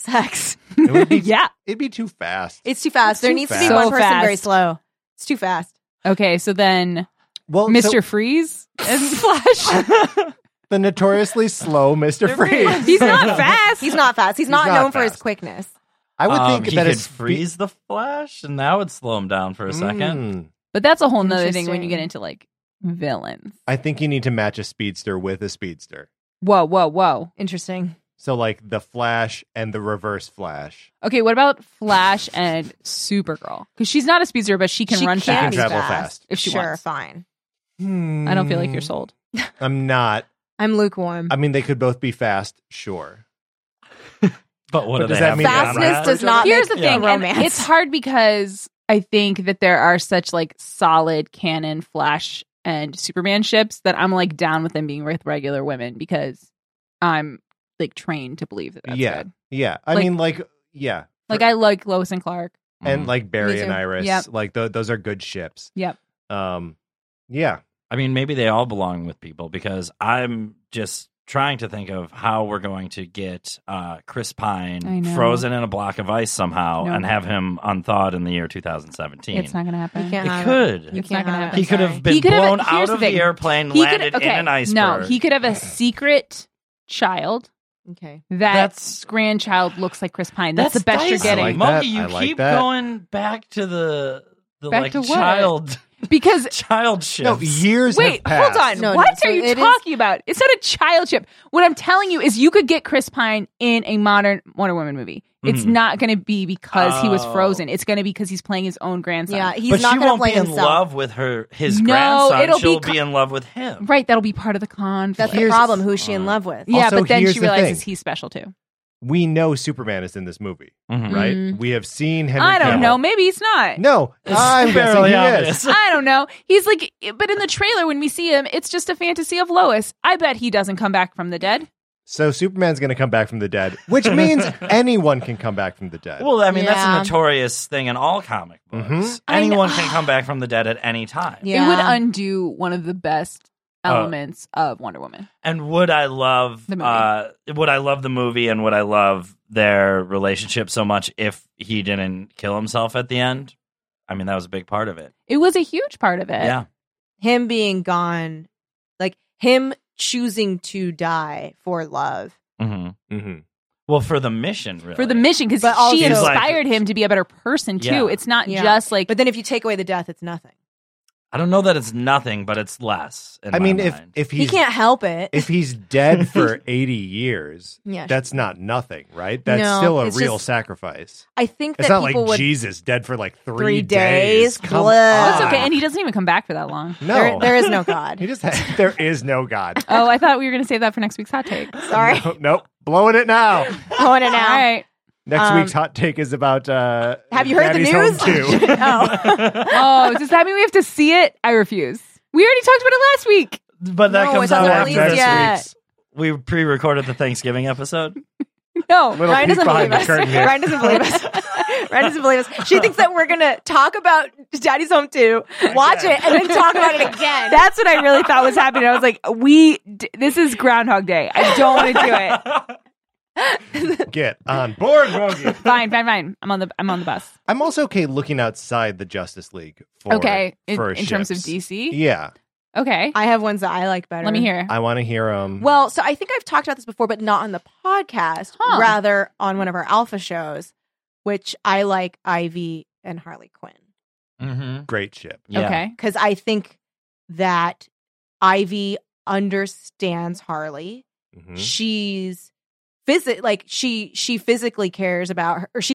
[SPEAKER 9] sex.
[SPEAKER 5] It would be-
[SPEAKER 7] yeah
[SPEAKER 5] It'd be too fast.
[SPEAKER 9] It's too fast.
[SPEAKER 5] It's
[SPEAKER 9] there
[SPEAKER 5] too
[SPEAKER 9] needs to
[SPEAKER 5] fast.
[SPEAKER 9] be one
[SPEAKER 7] So
[SPEAKER 9] person very
[SPEAKER 7] fast.
[SPEAKER 9] slow. It's too fast.
[SPEAKER 7] okay Oh, so then
[SPEAKER 5] well, so-
[SPEAKER 7] mr freeze and flash
[SPEAKER 5] the notoriously slow Mr. Freeze.
[SPEAKER 7] He's not fast.
[SPEAKER 9] He's not fast. He's,
[SPEAKER 5] He's
[SPEAKER 9] not,
[SPEAKER 5] not
[SPEAKER 9] known for his
[SPEAKER 5] fast.
[SPEAKER 9] quickness.
[SPEAKER 5] I would
[SPEAKER 6] Um,
[SPEAKER 5] think
[SPEAKER 6] he
[SPEAKER 5] that
[SPEAKER 6] could
[SPEAKER 5] it's
[SPEAKER 6] freeze the Flash, and that would slow him down for a
[SPEAKER 5] Mm.
[SPEAKER 6] second.
[SPEAKER 5] Hmm.
[SPEAKER 7] But that's a whole nother thing when you get
[SPEAKER 9] Interesting.
[SPEAKER 7] into like villains.
[SPEAKER 5] I think you need to match a speedster with a speedster.
[SPEAKER 7] Whoa, whoa, whoa.
[SPEAKER 9] Interesting.
[SPEAKER 5] So like the Flash and the Reverse Flash
[SPEAKER 7] Okay, what about Flash and Supergirl? Because she's not a speedster, but she can run
[SPEAKER 5] can
[SPEAKER 7] fast.
[SPEAKER 9] be
[SPEAKER 5] travel fast.
[SPEAKER 7] If she
[SPEAKER 9] sure,
[SPEAKER 7] wants.
[SPEAKER 9] fine.
[SPEAKER 7] I don't feel like you're sold.
[SPEAKER 5] Hmm. I'm not.
[SPEAKER 9] I'm lukewarm.
[SPEAKER 5] I mean, they could both be fast, sure.
[SPEAKER 6] But what
[SPEAKER 5] But
[SPEAKER 6] do
[SPEAKER 5] does
[SPEAKER 6] they
[SPEAKER 5] that
[SPEAKER 6] have
[SPEAKER 5] mean they're
[SPEAKER 6] beyond
[SPEAKER 5] not
[SPEAKER 9] Fastness
[SPEAKER 6] that?
[SPEAKER 9] does not.
[SPEAKER 7] Here's the
[SPEAKER 9] make
[SPEAKER 6] Yeah.
[SPEAKER 7] thing, and
[SPEAKER 9] Romance.
[SPEAKER 7] it's hard because I think that there are such like solid canon Flash and Superman ships that I'm like down with them being with regular women because I'm like trained to believe that that's
[SPEAKER 5] Yeah.
[SPEAKER 7] good.
[SPEAKER 5] Yeah. I
[SPEAKER 7] Like-
[SPEAKER 5] mean, like, yeah.
[SPEAKER 7] Like I like Lois and Clark.
[SPEAKER 6] Mm.
[SPEAKER 5] and like Barry and
[SPEAKER 9] too.
[SPEAKER 5] Iris.
[SPEAKER 7] Yep.
[SPEAKER 5] Like th- those are good ships.
[SPEAKER 7] Yep.
[SPEAKER 5] Um, yeah.
[SPEAKER 6] I mean, maybe they all belong with people because I'm just trying to think of how we're going to get uh, Chris
[SPEAKER 7] I
[SPEAKER 6] Pine
[SPEAKER 7] know.
[SPEAKER 6] frozen in a block of ice somehow
[SPEAKER 7] No.
[SPEAKER 6] and have him unthawed in the year 2017.
[SPEAKER 7] It's not gonna happen.
[SPEAKER 9] You can't
[SPEAKER 6] it
[SPEAKER 9] have
[SPEAKER 6] could.
[SPEAKER 9] You
[SPEAKER 7] It's not
[SPEAKER 9] can't
[SPEAKER 7] gonna
[SPEAKER 9] have
[SPEAKER 7] happen.
[SPEAKER 9] it.
[SPEAKER 6] he could
[SPEAKER 9] Sorry.
[SPEAKER 6] have been
[SPEAKER 7] He could have-
[SPEAKER 6] blown
[SPEAKER 7] here's
[SPEAKER 6] out of
[SPEAKER 7] the
[SPEAKER 6] the,
[SPEAKER 7] thing.
[SPEAKER 6] airplane,
[SPEAKER 7] He
[SPEAKER 6] landed in an iceberg.
[SPEAKER 7] No, he could have a secret child
[SPEAKER 9] Okay.
[SPEAKER 7] that
[SPEAKER 6] That's-
[SPEAKER 7] grandchild looks like Chris Pine. That's, the best you're
[SPEAKER 5] dicey.
[SPEAKER 7] getting.
[SPEAKER 5] I like
[SPEAKER 6] Monkey,
[SPEAKER 5] that.
[SPEAKER 6] you
[SPEAKER 5] I like
[SPEAKER 6] keep
[SPEAKER 5] that.
[SPEAKER 6] going back to the the
[SPEAKER 7] Back
[SPEAKER 6] like
[SPEAKER 7] to what?
[SPEAKER 6] child
[SPEAKER 7] because
[SPEAKER 6] child ships.
[SPEAKER 5] No, years.
[SPEAKER 7] wait,
[SPEAKER 5] have
[SPEAKER 7] hold on.
[SPEAKER 9] No, no,
[SPEAKER 7] what
[SPEAKER 9] so
[SPEAKER 7] are you
[SPEAKER 9] it is-
[SPEAKER 7] talking about? It's not a child ship. What I'm telling you is you could get Chris Pine in a modern Wonder Woman movie. It's
[SPEAKER 5] Mm-hmm.
[SPEAKER 6] Mhm.
[SPEAKER 7] not going to be because he was
[SPEAKER 6] Oh.
[SPEAKER 7] frozen. It's going to be because he's playing his own grandson.
[SPEAKER 9] Yeah, he's
[SPEAKER 6] but
[SPEAKER 9] not
[SPEAKER 6] she
[SPEAKER 9] going to
[SPEAKER 6] won't
[SPEAKER 9] play
[SPEAKER 6] be in
[SPEAKER 9] himself.
[SPEAKER 6] love with her his
[SPEAKER 7] No,
[SPEAKER 6] grandson.
[SPEAKER 7] it'll be
[SPEAKER 6] She'll
[SPEAKER 7] co-
[SPEAKER 6] be in love with him.
[SPEAKER 7] Right, that'll be part of the conflict.
[SPEAKER 9] That's the
[SPEAKER 5] Here's-
[SPEAKER 9] problem. Who's she in love with?
[SPEAKER 7] yeah,
[SPEAKER 5] Also,
[SPEAKER 7] but then
[SPEAKER 5] here's
[SPEAKER 7] she
[SPEAKER 5] the
[SPEAKER 7] realizes
[SPEAKER 5] thing.
[SPEAKER 7] he's special too.
[SPEAKER 5] We know Superman is in this movie,
[SPEAKER 6] Mhm.
[SPEAKER 5] Mm-hmm. right?
[SPEAKER 7] Mhm.
[SPEAKER 5] We have seen Henry.
[SPEAKER 7] I don't
[SPEAKER 5] Cavill.
[SPEAKER 7] know. Maybe he's not.
[SPEAKER 5] No,
[SPEAKER 6] It's
[SPEAKER 5] I'm guessing
[SPEAKER 6] fairly
[SPEAKER 5] he
[SPEAKER 6] obvious.
[SPEAKER 5] is.
[SPEAKER 7] I don't know. He's like, but in the trailer when we see him, it's just a fantasy of Lois. I bet he doesn't come back from the dead.
[SPEAKER 5] So Superman's going to come back from the dead, which means anyone can come back from the dead.
[SPEAKER 6] Well, I mean, that's
[SPEAKER 9] Yeah.
[SPEAKER 6] a notorious thing in all comic books.
[SPEAKER 5] Mhm.
[SPEAKER 7] I
[SPEAKER 6] Anyone
[SPEAKER 7] know.
[SPEAKER 6] can come back from the dead at any time.
[SPEAKER 7] It would undo one of the best
[SPEAKER 6] Uh,
[SPEAKER 7] elements of Wonder Woman.
[SPEAKER 6] And would I love
[SPEAKER 7] The movie.
[SPEAKER 6] uh would I love the movie and would I love their relationship so much if he didn't kill himself at the end? I mean, that was a big part of it.
[SPEAKER 7] It was a huge part of it.
[SPEAKER 6] Yeah.
[SPEAKER 9] him being gone, like him choosing to die for love.
[SPEAKER 6] hmm
[SPEAKER 5] Mhm.
[SPEAKER 6] Well, for the mission, really.
[SPEAKER 7] For the mission, because
[SPEAKER 9] But also-
[SPEAKER 7] she
[SPEAKER 9] He's
[SPEAKER 6] like-
[SPEAKER 7] inspired him to be a better person too.
[SPEAKER 6] Yeah.
[SPEAKER 7] It's not
[SPEAKER 9] Yeah.
[SPEAKER 7] just like
[SPEAKER 9] But then if you take away the death, it's nothing.
[SPEAKER 6] I don't know that it's nothing, but it's less. in
[SPEAKER 5] I
[SPEAKER 6] my
[SPEAKER 5] mean, if
[SPEAKER 6] mind.
[SPEAKER 5] if he's
[SPEAKER 9] he can't help it.
[SPEAKER 5] if he's dead for eighty years,
[SPEAKER 9] yeah,
[SPEAKER 5] that's not nothing, right? That's
[SPEAKER 9] No,
[SPEAKER 5] still a
[SPEAKER 9] it's
[SPEAKER 5] real
[SPEAKER 9] just-
[SPEAKER 5] sacrifice.
[SPEAKER 9] I think
[SPEAKER 5] It's
[SPEAKER 9] that
[SPEAKER 5] not
[SPEAKER 9] people
[SPEAKER 5] like
[SPEAKER 9] would.
[SPEAKER 5] Jesus dead for like three,
[SPEAKER 9] Three days.
[SPEAKER 5] days. Come
[SPEAKER 9] Bleh.
[SPEAKER 7] that's
[SPEAKER 5] on.
[SPEAKER 7] okay. And he doesn't even come back for that long.
[SPEAKER 5] no,
[SPEAKER 9] there, there is no
[SPEAKER 5] He
[SPEAKER 9] God.
[SPEAKER 5] just had, there is no God.
[SPEAKER 7] Oh, I thought we were going to save that for next week's hot take.
[SPEAKER 9] Sorry,
[SPEAKER 5] Nope, nope. blowing it now.
[SPEAKER 9] going it
[SPEAKER 7] All
[SPEAKER 9] out.
[SPEAKER 7] right.
[SPEAKER 5] Next
[SPEAKER 9] Um,
[SPEAKER 5] week's hot take is about. Uh,
[SPEAKER 9] Have you heard the
[SPEAKER 5] Daddy's
[SPEAKER 9] news?
[SPEAKER 5] Home Two.
[SPEAKER 9] oh,
[SPEAKER 7] Oh, does that mean we have to see it? I refuse. We already talked about it last week.
[SPEAKER 6] but that
[SPEAKER 9] No,
[SPEAKER 6] comes
[SPEAKER 9] it's
[SPEAKER 6] out
[SPEAKER 9] not
[SPEAKER 6] after
[SPEAKER 9] released
[SPEAKER 6] this
[SPEAKER 9] yet.
[SPEAKER 6] week's. We pre-recorded the Thanksgiving episode.
[SPEAKER 7] No,
[SPEAKER 5] Little
[SPEAKER 9] Ryan
[SPEAKER 5] peek
[SPEAKER 9] doesn't
[SPEAKER 5] behind
[SPEAKER 9] believe
[SPEAKER 5] the
[SPEAKER 9] us.
[SPEAKER 5] curtain here.
[SPEAKER 9] Ryan doesn't believe us. Ryan doesn't believe us. She thinks that we're gonna talk about Daddy's Home 2, watch it, and then talk about it again.
[SPEAKER 7] That's what I really thought was happening. I was like, we, d- this is Groundhog Day. I don't want to do it.
[SPEAKER 5] Get on board, Bogey.
[SPEAKER 7] Fine, fine, fine. I'm on the, I'm on the bus.
[SPEAKER 5] I'm also okay looking outside the Justice League for
[SPEAKER 7] okay. In,
[SPEAKER 5] for
[SPEAKER 7] in terms of
[SPEAKER 5] ships.
[SPEAKER 7] DC.
[SPEAKER 5] Yeah,
[SPEAKER 7] Okay.
[SPEAKER 9] I have ones that I like better.
[SPEAKER 7] Let me hear.
[SPEAKER 5] I want to hear um, them.
[SPEAKER 9] Well, so I think I've talked about this before, but not on the podcast,
[SPEAKER 7] Huh.
[SPEAKER 9] rather on one of our alpha shows, which I like Ivy and Harley Quinn.
[SPEAKER 6] Mm-hmm.
[SPEAKER 5] great ship.
[SPEAKER 7] Okay.
[SPEAKER 9] Because I think that Ivy understands Harley.
[SPEAKER 5] Mhm.
[SPEAKER 9] She's visit like she she physically cares about her or she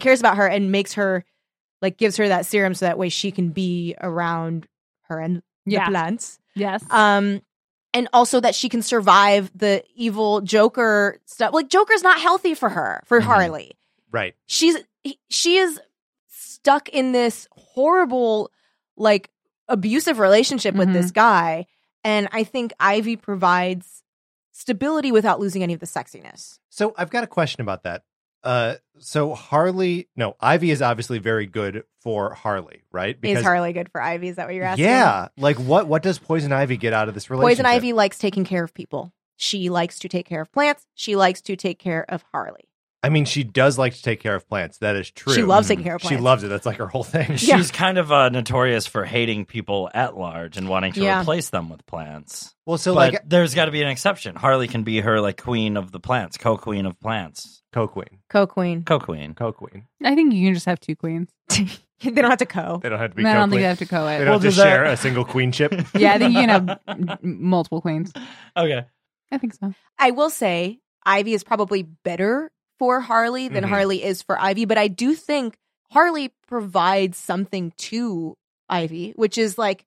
[SPEAKER 9] cares about her and makes her like gives her that serum so that way she can be around her and
[SPEAKER 7] Yeah.
[SPEAKER 9] the plants.
[SPEAKER 7] Yes.
[SPEAKER 9] Um and also that she can survive the evil Joker stuff. Like Joker's not healthy for her, for
[SPEAKER 6] Mhm.
[SPEAKER 9] Harley.
[SPEAKER 5] Right.
[SPEAKER 9] She's he- she is stuck in this horrible like abusive relationship with
[SPEAKER 7] Mhm.
[SPEAKER 9] this guy and I think Ivy provides stability without losing any of the sexiness.
[SPEAKER 5] So I've got a question about that. Uh, so Harley, no, Ivy is obviously very good for Harley, right?
[SPEAKER 9] is Harley good for Ivy? Is that what you're asking?
[SPEAKER 5] yeah, like what what does Poison Ivy get out of this relationship?
[SPEAKER 9] Poison Ivy likes taking care of people. She likes to take care of plants. She likes to take care of Harley.
[SPEAKER 5] I mean, she does like to take care of plants. That is true. Mm-hmm.
[SPEAKER 9] She loves taking care of
[SPEAKER 5] She
[SPEAKER 9] plants.
[SPEAKER 5] loves it. That's like her whole thing.
[SPEAKER 6] She's
[SPEAKER 9] Yeah.
[SPEAKER 6] kind of uh, notorious for hating people at large and wanting to
[SPEAKER 9] Yeah.
[SPEAKER 6] replace them with plants.
[SPEAKER 5] Well, so
[SPEAKER 6] but
[SPEAKER 5] like
[SPEAKER 6] there's got to be an exception. Harley can be her like queen of the plants, co-queen of plants,
[SPEAKER 5] co queen,
[SPEAKER 9] Co-queen.
[SPEAKER 6] co-queen.
[SPEAKER 5] co queen.
[SPEAKER 7] I think you can just have two queens.
[SPEAKER 9] they don't have to co.
[SPEAKER 5] They don't have to be.
[SPEAKER 7] No, I don't
[SPEAKER 5] co-queen.
[SPEAKER 7] think they have to co
[SPEAKER 5] They
[SPEAKER 7] it.
[SPEAKER 5] don't
[SPEAKER 6] Well,
[SPEAKER 5] have to
[SPEAKER 6] does that-
[SPEAKER 5] share a single queenship.
[SPEAKER 7] yeah, I think you can have m- multiple queens.
[SPEAKER 6] Okay.
[SPEAKER 7] I think so.
[SPEAKER 9] I will say Ivy is probably better for Harley than
[SPEAKER 5] Mhm.
[SPEAKER 9] Harley is for Ivy, but I do think Harley provides something to Ivy, which is like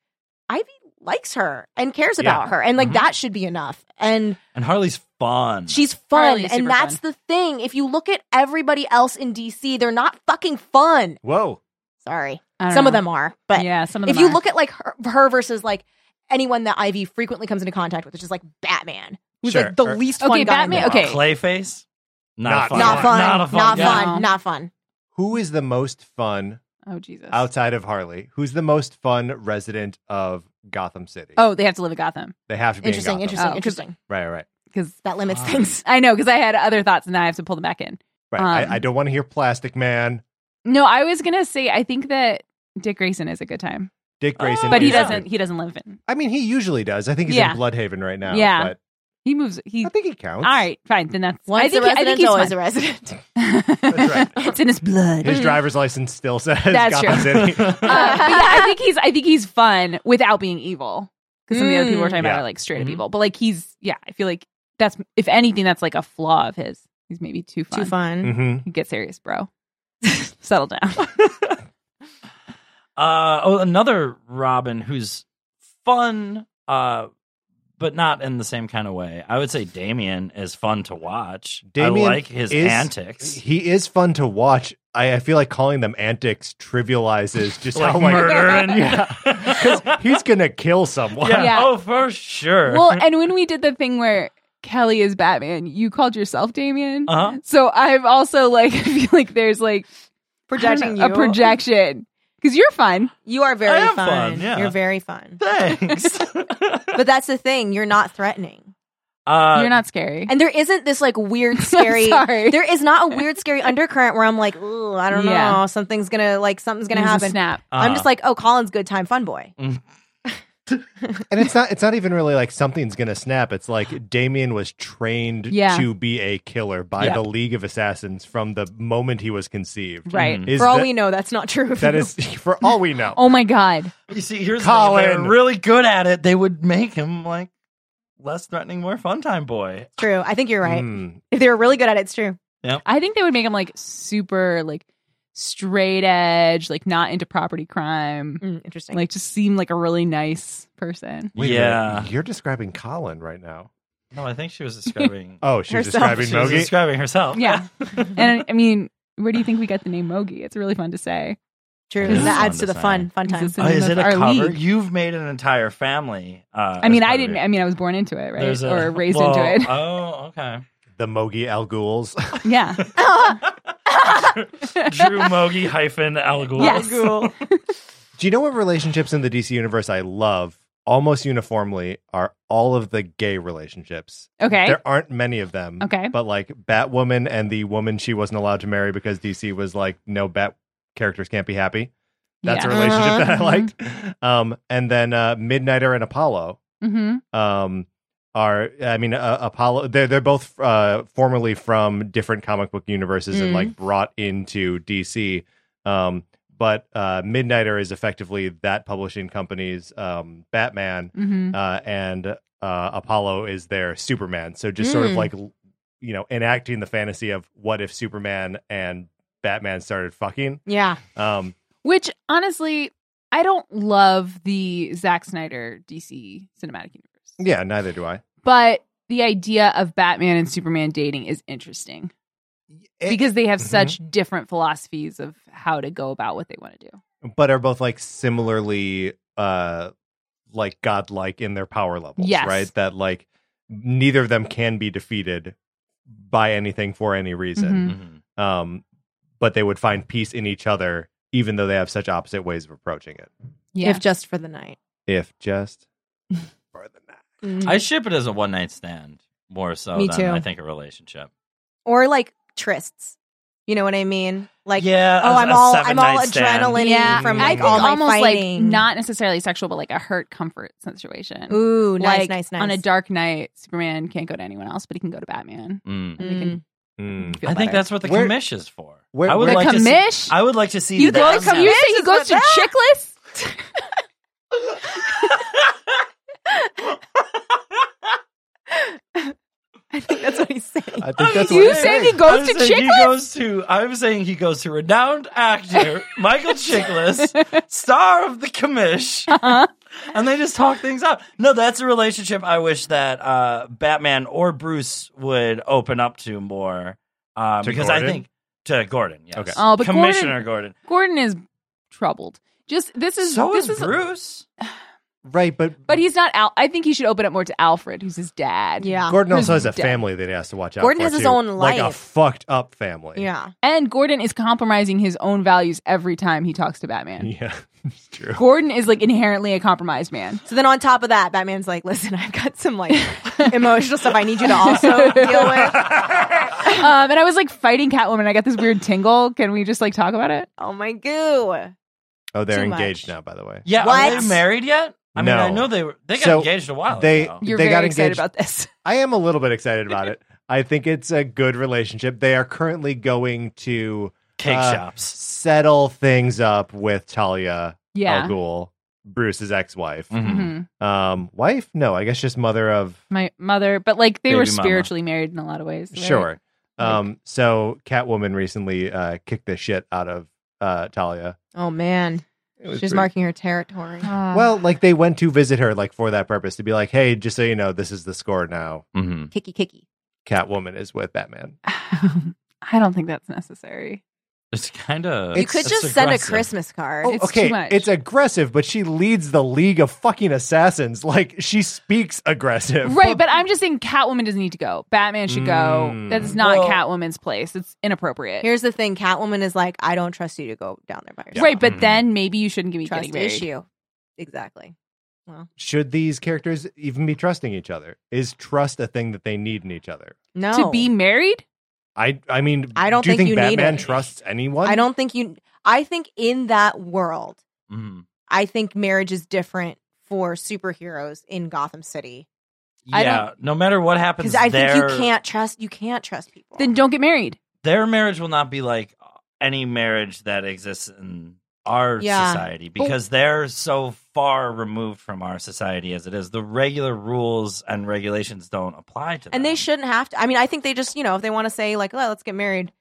[SPEAKER 9] Ivy likes her and cares
[SPEAKER 5] Yeah. Mm-hmm.
[SPEAKER 9] about her and like
[SPEAKER 6] Mhm.
[SPEAKER 9] that should be enough. And
[SPEAKER 6] And Harley's fun.
[SPEAKER 9] she's fun
[SPEAKER 7] Harley is
[SPEAKER 9] and
[SPEAKER 7] super
[SPEAKER 9] that's
[SPEAKER 7] fun.
[SPEAKER 9] the thing. If you look at everybody else in DC, they're not fucking fun.
[SPEAKER 5] Whoa.
[SPEAKER 9] Sorry.
[SPEAKER 7] I don't
[SPEAKER 9] Some of
[SPEAKER 7] know.
[SPEAKER 9] them are, but
[SPEAKER 7] yeah, some of
[SPEAKER 9] if
[SPEAKER 7] them.
[SPEAKER 9] you
[SPEAKER 7] are.
[SPEAKER 9] look at like her, her versus like anyone that Ivy frequently comes into contact with, which is like Batman, who's
[SPEAKER 5] Sure.
[SPEAKER 9] like the
[SPEAKER 5] Or-
[SPEAKER 9] least
[SPEAKER 7] Okay,
[SPEAKER 9] fun guy in the
[SPEAKER 7] Batman-
[SPEAKER 9] world.
[SPEAKER 7] okay.
[SPEAKER 6] Clayface.
[SPEAKER 5] Not
[SPEAKER 6] Not, a fun.
[SPEAKER 9] Not
[SPEAKER 6] guy.
[SPEAKER 9] fun.
[SPEAKER 6] Not a fun.
[SPEAKER 9] Not
[SPEAKER 6] guy.
[SPEAKER 9] fun.
[SPEAKER 7] No.
[SPEAKER 9] Not fun.
[SPEAKER 5] Who is the most fun
[SPEAKER 7] oh Jesus!
[SPEAKER 5] outside of Harley? Who's the most fun resident of Gotham City?
[SPEAKER 7] Oh, they have to live in Gotham
[SPEAKER 5] they have to be in
[SPEAKER 9] Interesting,
[SPEAKER 5] Gotham.
[SPEAKER 9] interesting,
[SPEAKER 7] Oh,
[SPEAKER 9] interesting.
[SPEAKER 5] Right, right,
[SPEAKER 7] because
[SPEAKER 9] That limits
[SPEAKER 6] Ah.
[SPEAKER 9] things.
[SPEAKER 7] I know because I had other thoughts and now I have to pull them back in.
[SPEAKER 5] right.
[SPEAKER 7] Um,
[SPEAKER 5] I, I don't want to hear Plastic Man,
[SPEAKER 7] No, I was gonna say I think that Dick Grayson is a good time,
[SPEAKER 5] Dick Grayson,
[SPEAKER 6] Oh,
[SPEAKER 7] but he
[SPEAKER 5] is a-
[SPEAKER 7] doesn't. He doesn't live in.
[SPEAKER 5] I mean, he usually does. I think he's
[SPEAKER 7] Yeah.
[SPEAKER 5] in Bloodhaven right now.
[SPEAKER 7] Yeah.
[SPEAKER 5] but
[SPEAKER 7] He moves. He.
[SPEAKER 5] I think he counts.
[SPEAKER 7] All right, fine. Then that's.
[SPEAKER 9] Once
[SPEAKER 7] I think.
[SPEAKER 9] a resident,
[SPEAKER 7] I think he's
[SPEAKER 9] always
[SPEAKER 7] fun.
[SPEAKER 9] a resident.
[SPEAKER 5] right.
[SPEAKER 7] it's in his blood.
[SPEAKER 5] His driver's license still says
[SPEAKER 7] That's
[SPEAKER 5] Gotham
[SPEAKER 6] true.
[SPEAKER 5] City.
[SPEAKER 7] Uh, but yeah, I think he's. I think he's fun without being evil. Because some of the other people we're talking
[SPEAKER 5] Yeah.
[SPEAKER 7] about are like straight up
[SPEAKER 5] Mm-hmm.
[SPEAKER 6] Mhm.
[SPEAKER 7] evil, but like he's. Yeah, I feel like that's. If anything, that's like a flaw of his. He's maybe too fun.
[SPEAKER 9] fun.
[SPEAKER 5] Mhm.
[SPEAKER 7] Get serious, bro. Settle down.
[SPEAKER 6] Uh, oh, another Robin who's fun, uh, but not in the same kind of way. I would say Damien is fun to watch.
[SPEAKER 5] Damien
[SPEAKER 6] I like his
[SPEAKER 5] is-
[SPEAKER 6] antics.
[SPEAKER 5] He is fun to watch. I, I feel like calling them antics trivializes just
[SPEAKER 6] Like
[SPEAKER 5] how like
[SPEAKER 6] murdering.
[SPEAKER 5] Yeah, because he's gonna kill someone.
[SPEAKER 6] yeah.
[SPEAKER 7] Yeah.
[SPEAKER 6] Oh, for sure.
[SPEAKER 7] Well, and when we did the thing where Kelly is Batman, you called yourself Damien.
[SPEAKER 6] Uh-huh.
[SPEAKER 7] So I'm also like, I feel like there's like I don't
[SPEAKER 9] Projecting
[SPEAKER 7] know,
[SPEAKER 9] you.
[SPEAKER 7] a projection because you're fun.
[SPEAKER 9] You are very
[SPEAKER 6] am
[SPEAKER 9] fun.
[SPEAKER 6] fun, yeah.
[SPEAKER 9] You're very fun.
[SPEAKER 6] thanks.
[SPEAKER 9] But that's the thing. You're not threatening.
[SPEAKER 6] uh,
[SPEAKER 7] you're not scary.
[SPEAKER 9] And there isn't this like weird, scary.
[SPEAKER 7] sorry.
[SPEAKER 9] There is not a weird, scary undercurrent where I'm like, ooh, I don't
[SPEAKER 7] Yeah.
[SPEAKER 9] know. Something's gonna like something's gonna
[SPEAKER 7] There's a
[SPEAKER 9] happen.
[SPEAKER 7] Snap.
[SPEAKER 9] I'm
[SPEAKER 6] Ah.
[SPEAKER 9] just like, oh, Colin's good time fun boy.
[SPEAKER 5] and it's not. It's not even really like something's gonna snap. It's like Damien was trained
[SPEAKER 7] Yeah.
[SPEAKER 5] to be a killer by
[SPEAKER 7] Yeah.
[SPEAKER 5] the League of Assassins from the moment he was conceived.
[SPEAKER 7] Right.
[SPEAKER 5] Is
[SPEAKER 9] For all
[SPEAKER 5] that-
[SPEAKER 9] we know, that's not true. of
[SPEAKER 5] that
[SPEAKER 9] you.
[SPEAKER 5] is for all we know.
[SPEAKER 7] Oh my god.
[SPEAKER 6] You see, here's
[SPEAKER 5] Colin.
[SPEAKER 6] Colin. They're really good at it. They would make him like less threatening, more fun time boy.
[SPEAKER 9] true. I think you're right.
[SPEAKER 6] Hmm.
[SPEAKER 5] Mm.
[SPEAKER 9] If they were really good at it, it's true.
[SPEAKER 7] I think they would make him like super like straight edge, like not into property crime,
[SPEAKER 9] Mm, interesting.
[SPEAKER 7] like just seem like a really nice person.
[SPEAKER 5] Wait a
[SPEAKER 6] Yeah.
[SPEAKER 5] minute. you're describing Colin right now.
[SPEAKER 6] No, I think she was describing.
[SPEAKER 5] Oh, she's
[SPEAKER 9] Herself.
[SPEAKER 5] describing
[SPEAKER 6] she was
[SPEAKER 5] Mogi.
[SPEAKER 6] describing herself.
[SPEAKER 7] Yeah. and I mean, Where do you think we got the name Mogi? It's really fun to say.
[SPEAKER 9] True.
[SPEAKER 6] It is
[SPEAKER 9] That
[SPEAKER 6] fun
[SPEAKER 9] adds to
[SPEAKER 6] to
[SPEAKER 9] the
[SPEAKER 6] say.
[SPEAKER 9] fun, fun time.
[SPEAKER 7] Exists
[SPEAKER 6] Oh, is it a
[SPEAKER 7] our
[SPEAKER 6] cover?
[SPEAKER 7] league.
[SPEAKER 6] You've made an entire family. Uh,
[SPEAKER 7] I mean,
[SPEAKER 6] as
[SPEAKER 7] I
[SPEAKER 6] part of
[SPEAKER 7] didn't.
[SPEAKER 6] your-
[SPEAKER 7] I mean, I was born into it, right?
[SPEAKER 6] There's a-
[SPEAKER 7] or raised
[SPEAKER 6] well,
[SPEAKER 7] into it.
[SPEAKER 6] Oh, okay.
[SPEAKER 5] The Mogi Al Ghul's.
[SPEAKER 7] yeah.
[SPEAKER 6] Drew Mogi hyphen Al Ghul.
[SPEAKER 7] Yes.
[SPEAKER 5] Do you know what relationships in the DC universe I love almost uniformly are all of the gay relationships?
[SPEAKER 7] Okay.
[SPEAKER 5] There aren't many of them.
[SPEAKER 7] Okay.
[SPEAKER 5] But like Batwoman and the woman she wasn't allowed to marry because DC was like, no, Bat characters can't be happy. That's
[SPEAKER 7] yeah.
[SPEAKER 5] a relationship
[SPEAKER 9] Uh-huh.
[SPEAKER 5] that I liked. Um, and then uh, Midnighter and Apollo
[SPEAKER 7] mm-hmm.
[SPEAKER 5] um, are, I mean, uh, Apollo, they're, they're both uh, formerly from different comic book universes and
[SPEAKER 9] Mm.
[SPEAKER 5] like brought into DC. Um, but uh, Midnighter is effectively that publishing company's um, Batman
[SPEAKER 7] Mm-hmm.
[SPEAKER 5] uh, and uh, Apollo is their Superman. So just sort of
[SPEAKER 9] Mm.
[SPEAKER 5] like l- you know enacting the fantasy of what if Superman and Batman started fucking.
[SPEAKER 9] Yeah.
[SPEAKER 5] Um,
[SPEAKER 7] Which honestly, I don't love the Zack Snyder DC cinematic universe.
[SPEAKER 5] yeah, neither do I.
[SPEAKER 7] But the idea of Batman and Superman dating is interesting
[SPEAKER 9] Eh,
[SPEAKER 7] because they have
[SPEAKER 6] mm-hmm.
[SPEAKER 5] Mhm.
[SPEAKER 7] such different philosophies of how to go about what they want to do.
[SPEAKER 5] but are both like similarly uh like godlike in their power levels,
[SPEAKER 7] Yes.
[SPEAKER 5] right? That like neither of them can be defeated by anything for any reason.
[SPEAKER 6] Mhm.
[SPEAKER 7] Mm-hmm.
[SPEAKER 5] Um, but they would find peace in each other, even though they have such opposite ways of approaching it.
[SPEAKER 7] Yeah.
[SPEAKER 9] If just for the night.
[SPEAKER 5] If just for the night.
[SPEAKER 7] Mm-hmm.
[SPEAKER 6] I ship it as a one night stand more so
[SPEAKER 9] Me
[SPEAKER 6] than
[SPEAKER 9] too.
[SPEAKER 6] I think a relationship.
[SPEAKER 9] or like trysts. You know what I mean? Like
[SPEAKER 6] yeah,
[SPEAKER 9] oh,
[SPEAKER 6] a-
[SPEAKER 9] I'm
[SPEAKER 6] a
[SPEAKER 9] all-
[SPEAKER 6] seven
[SPEAKER 9] I'm all
[SPEAKER 6] night stand.
[SPEAKER 9] adrenaline
[SPEAKER 7] yeah,
[SPEAKER 9] from,
[SPEAKER 7] I
[SPEAKER 9] like,
[SPEAKER 7] think
[SPEAKER 9] all my
[SPEAKER 7] almost
[SPEAKER 9] fighting.
[SPEAKER 7] like not necessarily sexual, but like a hurt comfort situation.
[SPEAKER 9] ooh, nice,
[SPEAKER 7] like,
[SPEAKER 9] nice, nice.
[SPEAKER 7] On a dark night, Superman can't go to anyone else, but he can go to Batman.
[SPEAKER 6] Mm.
[SPEAKER 7] And they can
[SPEAKER 5] Mm.
[SPEAKER 6] Hmm.
[SPEAKER 7] feel
[SPEAKER 6] I think
[SPEAKER 7] better.
[SPEAKER 6] that's what the
[SPEAKER 5] Where-
[SPEAKER 6] commish is for.
[SPEAKER 5] where-
[SPEAKER 6] I would
[SPEAKER 5] where-
[SPEAKER 7] The
[SPEAKER 6] like to
[SPEAKER 7] commish?
[SPEAKER 6] see, I would like to see
[SPEAKER 7] you
[SPEAKER 6] that
[SPEAKER 7] go. You say
[SPEAKER 6] now.
[SPEAKER 7] he goes to
[SPEAKER 9] Ah!
[SPEAKER 7] Chickless?
[SPEAKER 9] I think that's what he's saying.
[SPEAKER 5] I think that's
[SPEAKER 7] Oh, You
[SPEAKER 5] what
[SPEAKER 7] saying
[SPEAKER 5] saying.
[SPEAKER 7] he goes
[SPEAKER 6] I'm
[SPEAKER 7] to
[SPEAKER 6] saying he
[SPEAKER 7] Chickless?
[SPEAKER 6] goes to. I'm saying he goes to renowned actor Michael Chiklis, star of the Commish,
[SPEAKER 7] Uh-huh.
[SPEAKER 6] and they just talk things out. No, that's a relationship I wish that uh, Batman or Bruce would open up to more. Um,
[SPEAKER 5] To
[SPEAKER 6] because I
[SPEAKER 5] Gordon?
[SPEAKER 6] think to Gordon, yes.
[SPEAKER 5] Okay.
[SPEAKER 7] Oh, but
[SPEAKER 6] Commissioner Gordon.
[SPEAKER 7] Gordon is troubled. Just this is
[SPEAKER 6] so
[SPEAKER 7] this
[SPEAKER 6] is Bruce.
[SPEAKER 5] Right, but
[SPEAKER 7] but he's not Al. I think he should open up more to Alfred, who's his dad.
[SPEAKER 9] Yeah.
[SPEAKER 5] Gordon also
[SPEAKER 7] Who's
[SPEAKER 5] has a
[SPEAKER 7] dead.
[SPEAKER 5] family that he has to watch out
[SPEAKER 9] Gordon
[SPEAKER 5] for.
[SPEAKER 9] has his
[SPEAKER 5] too.
[SPEAKER 9] own
[SPEAKER 5] Like a
[SPEAKER 9] life.
[SPEAKER 5] fucked up family.
[SPEAKER 9] Yeah.
[SPEAKER 7] And Gordon is compromising his own values every time he talks to Batman.
[SPEAKER 5] Yeah. It's true.
[SPEAKER 7] Gordon is like inherently a compromised man.
[SPEAKER 9] So then on top of that, Batman's like, listen, I've got some like emotional stuff I need you to also deal with.
[SPEAKER 7] um, and I was like fighting Catwoman. I got this weird tingle. Can we just like talk about it?
[SPEAKER 9] Oh my goo.
[SPEAKER 5] Oh, they're
[SPEAKER 9] Too
[SPEAKER 5] engaged
[SPEAKER 9] much.
[SPEAKER 5] now, by the way.
[SPEAKER 6] Yeah, are
[SPEAKER 9] What?
[SPEAKER 6] they married yet? I mean, I
[SPEAKER 5] No.
[SPEAKER 6] know they were. They got
[SPEAKER 5] So
[SPEAKER 6] engaged a while
[SPEAKER 5] they-
[SPEAKER 6] ago.
[SPEAKER 7] You're
[SPEAKER 5] They
[SPEAKER 7] very
[SPEAKER 5] got
[SPEAKER 7] excited
[SPEAKER 5] engaged.
[SPEAKER 7] about this.
[SPEAKER 5] I am a little bit excited about it. I think it's a good relationship. They are currently going to
[SPEAKER 6] Cake
[SPEAKER 5] uh,
[SPEAKER 6] shops.
[SPEAKER 5] settle things up with Talia
[SPEAKER 7] Yeah.
[SPEAKER 5] Al Ghul, Bruce's ex-wife.
[SPEAKER 6] Mhm.
[SPEAKER 7] Mhm.
[SPEAKER 5] Um, wife? No, I guess just mother of.
[SPEAKER 7] My mother, but like they
[SPEAKER 6] Baby
[SPEAKER 7] were
[SPEAKER 6] mama.
[SPEAKER 7] spiritually married in a lot of ways. right?
[SPEAKER 5] Sure.
[SPEAKER 7] Like-
[SPEAKER 5] Um, so Catwoman recently uh, kicked the shit out of uh, Talia.
[SPEAKER 9] Oh man.
[SPEAKER 5] It was
[SPEAKER 9] She's
[SPEAKER 5] pretty-
[SPEAKER 9] marking her territory.
[SPEAKER 7] Ah.
[SPEAKER 5] Well, like they went to visit her, like for that purpose, to be like, "Hey, just so you know, this is the score now.
[SPEAKER 7] mm-hmm.
[SPEAKER 6] Mhm.
[SPEAKER 9] Kicky kicky.
[SPEAKER 5] Catwoman is with Batman."
[SPEAKER 7] I don't think that's necessary.
[SPEAKER 6] It's kind of.
[SPEAKER 9] You could just send a Christmas card.
[SPEAKER 7] Oh. It's
[SPEAKER 5] okay,
[SPEAKER 7] too much.
[SPEAKER 5] it's aggressive, but she leads the League of Fucking Assassins. Like she speaks aggressive,
[SPEAKER 7] Right, but I'm just saying Catwoman doesn't need to go. Batman should go.
[SPEAKER 5] Mm.
[SPEAKER 7] That's not
[SPEAKER 6] Well-
[SPEAKER 7] Catwoman's place. It's inappropriate.
[SPEAKER 9] Here's the thing, Catwoman is like, I don't trust you to go down there by yourself.
[SPEAKER 7] Right, but
[SPEAKER 5] Mm-hmm.
[SPEAKER 6] Mhm.
[SPEAKER 7] then maybe you shouldn't be
[SPEAKER 9] Trust
[SPEAKER 7] getting married.
[SPEAKER 9] issue. Exactly.
[SPEAKER 5] Should these characters even be trusting each other? Is trust a thing that they need in each other?
[SPEAKER 9] No.
[SPEAKER 7] To be married?
[SPEAKER 5] I, I mean,
[SPEAKER 9] I don't
[SPEAKER 5] do you think,
[SPEAKER 9] think you need
[SPEAKER 5] Batman
[SPEAKER 9] it.
[SPEAKER 5] trusts anyone?
[SPEAKER 9] I don't think you I think in that world,
[SPEAKER 6] Mhm.
[SPEAKER 9] I think marriage is different for superheroes in Gotham City.
[SPEAKER 7] I
[SPEAKER 6] Yeah, no matter what happens,
[SPEAKER 9] Because I
[SPEAKER 6] their,
[SPEAKER 9] think you can't trust you can't trust people.
[SPEAKER 7] Then don't get married.
[SPEAKER 6] Their marriage will not be like any marriage that exists in our
[SPEAKER 9] Yeah.
[SPEAKER 6] society because they're so far removed from our society as it is. The regular rules and regulations don't apply to them,
[SPEAKER 9] and they shouldn't have to I mean, I think they just, you know, if they want to say like, well, let's get married,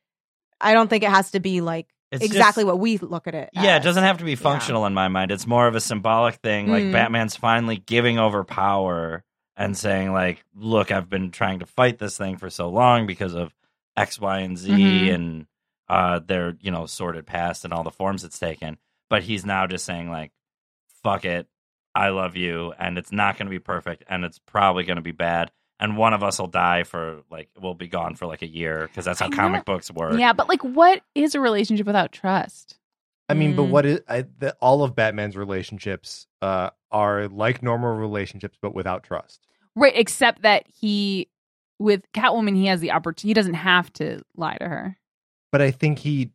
[SPEAKER 9] I don't think it has to be like
[SPEAKER 6] It's
[SPEAKER 9] exactly
[SPEAKER 6] just-
[SPEAKER 9] what we look at it.
[SPEAKER 6] Yeah, it
[SPEAKER 9] as.
[SPEAKER 6] doesn't have to be functional in my mind. It's more of a symbolic thing. Like
[SPEAKER 7] Hmm.
[SPEAKER 9] Mm.
[SPEAKER 6] Batman's finally giving over power and saying, like, look, I've been trying to fight this thing for so long because of X, Y, and Z
[SPEAKER 7] Mhm.
[SPEAKER 6] and uh, their you know sorted past and all the forms it's taken. But he's now just saying like, "Fuck it, I love you," and it's not going to be perfect, and it's probably going to be bad, and one of us will die for like we'll be gone for like a year because that's how
[SPEAKER 7] I know.
[SPEAKER 6] comic books work.
[SPEAKER 7] Yeah, but like, what is a relationship without trust?
[SPEAKER 5] I mean, but
[SPEAKER 7] Mm.
[SPEAKER 5] what is I, the, all of Batman's relationships uh, are like normal relationships, but without trust.
[SPEAKER 7] Right, except that he, with Catwoman, he has the opportunity. He doesn't have to lie to her.
[SPEAKER 5] But I think he,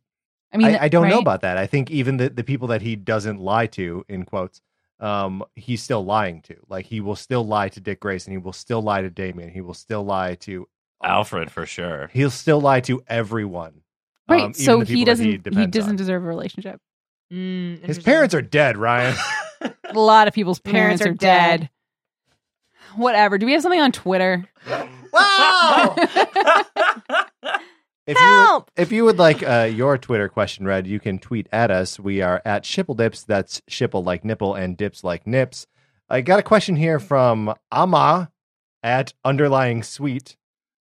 [SPEAKER 7] I
[SPEAKER 5] I,
[SPEAKER 7] mean,
[SPEAKER 5] I, don't know
[SPEAKER 7] right?
[SPEAKER 5] about that. I think even the, the people that he doesn't lie to, in quotes, um, he's still lying to. Like he will still lie to Dick Grayson. He will still lie to Damien. He will still lie to
[SPEAKER 6] Alfred for sure.
[SPEAKER 5] He'll still lie to everyone.
[SPEAKER 7] Right,
[SPEAKER 5] um, even
[SPEAKER 7] so
[SPEAKER 5] the
[SPEAKER 7] he
[SPEAKER 5] people that
[SPEAKER 7] doesn't. He,
[SPEAKER 5] depends on.
[SPEAKER 7] doesn't deserve a relationship.
[SPEAKER 9] Mm,
[SPEAKER 5] His parents are dead, Ryan.
[SPEAKER 7] A lot of people's parents,
[SPEAKER 9] Parents
[SPEAKER 7] are,
[SPEAKER 9] are
[SPEAKER 7] dead. Whatever. Do we have something on Twitter?
[SPEAKER 5] wow. If you
[SPEAKER 9] Help!
[SPEAKER 5] would, if you would like uh, your Twitter question read, you can tweet at us. We are at Shipledips. That's Shipple like nipple and dips like nips. I got a question here from Ama at underlying sweet.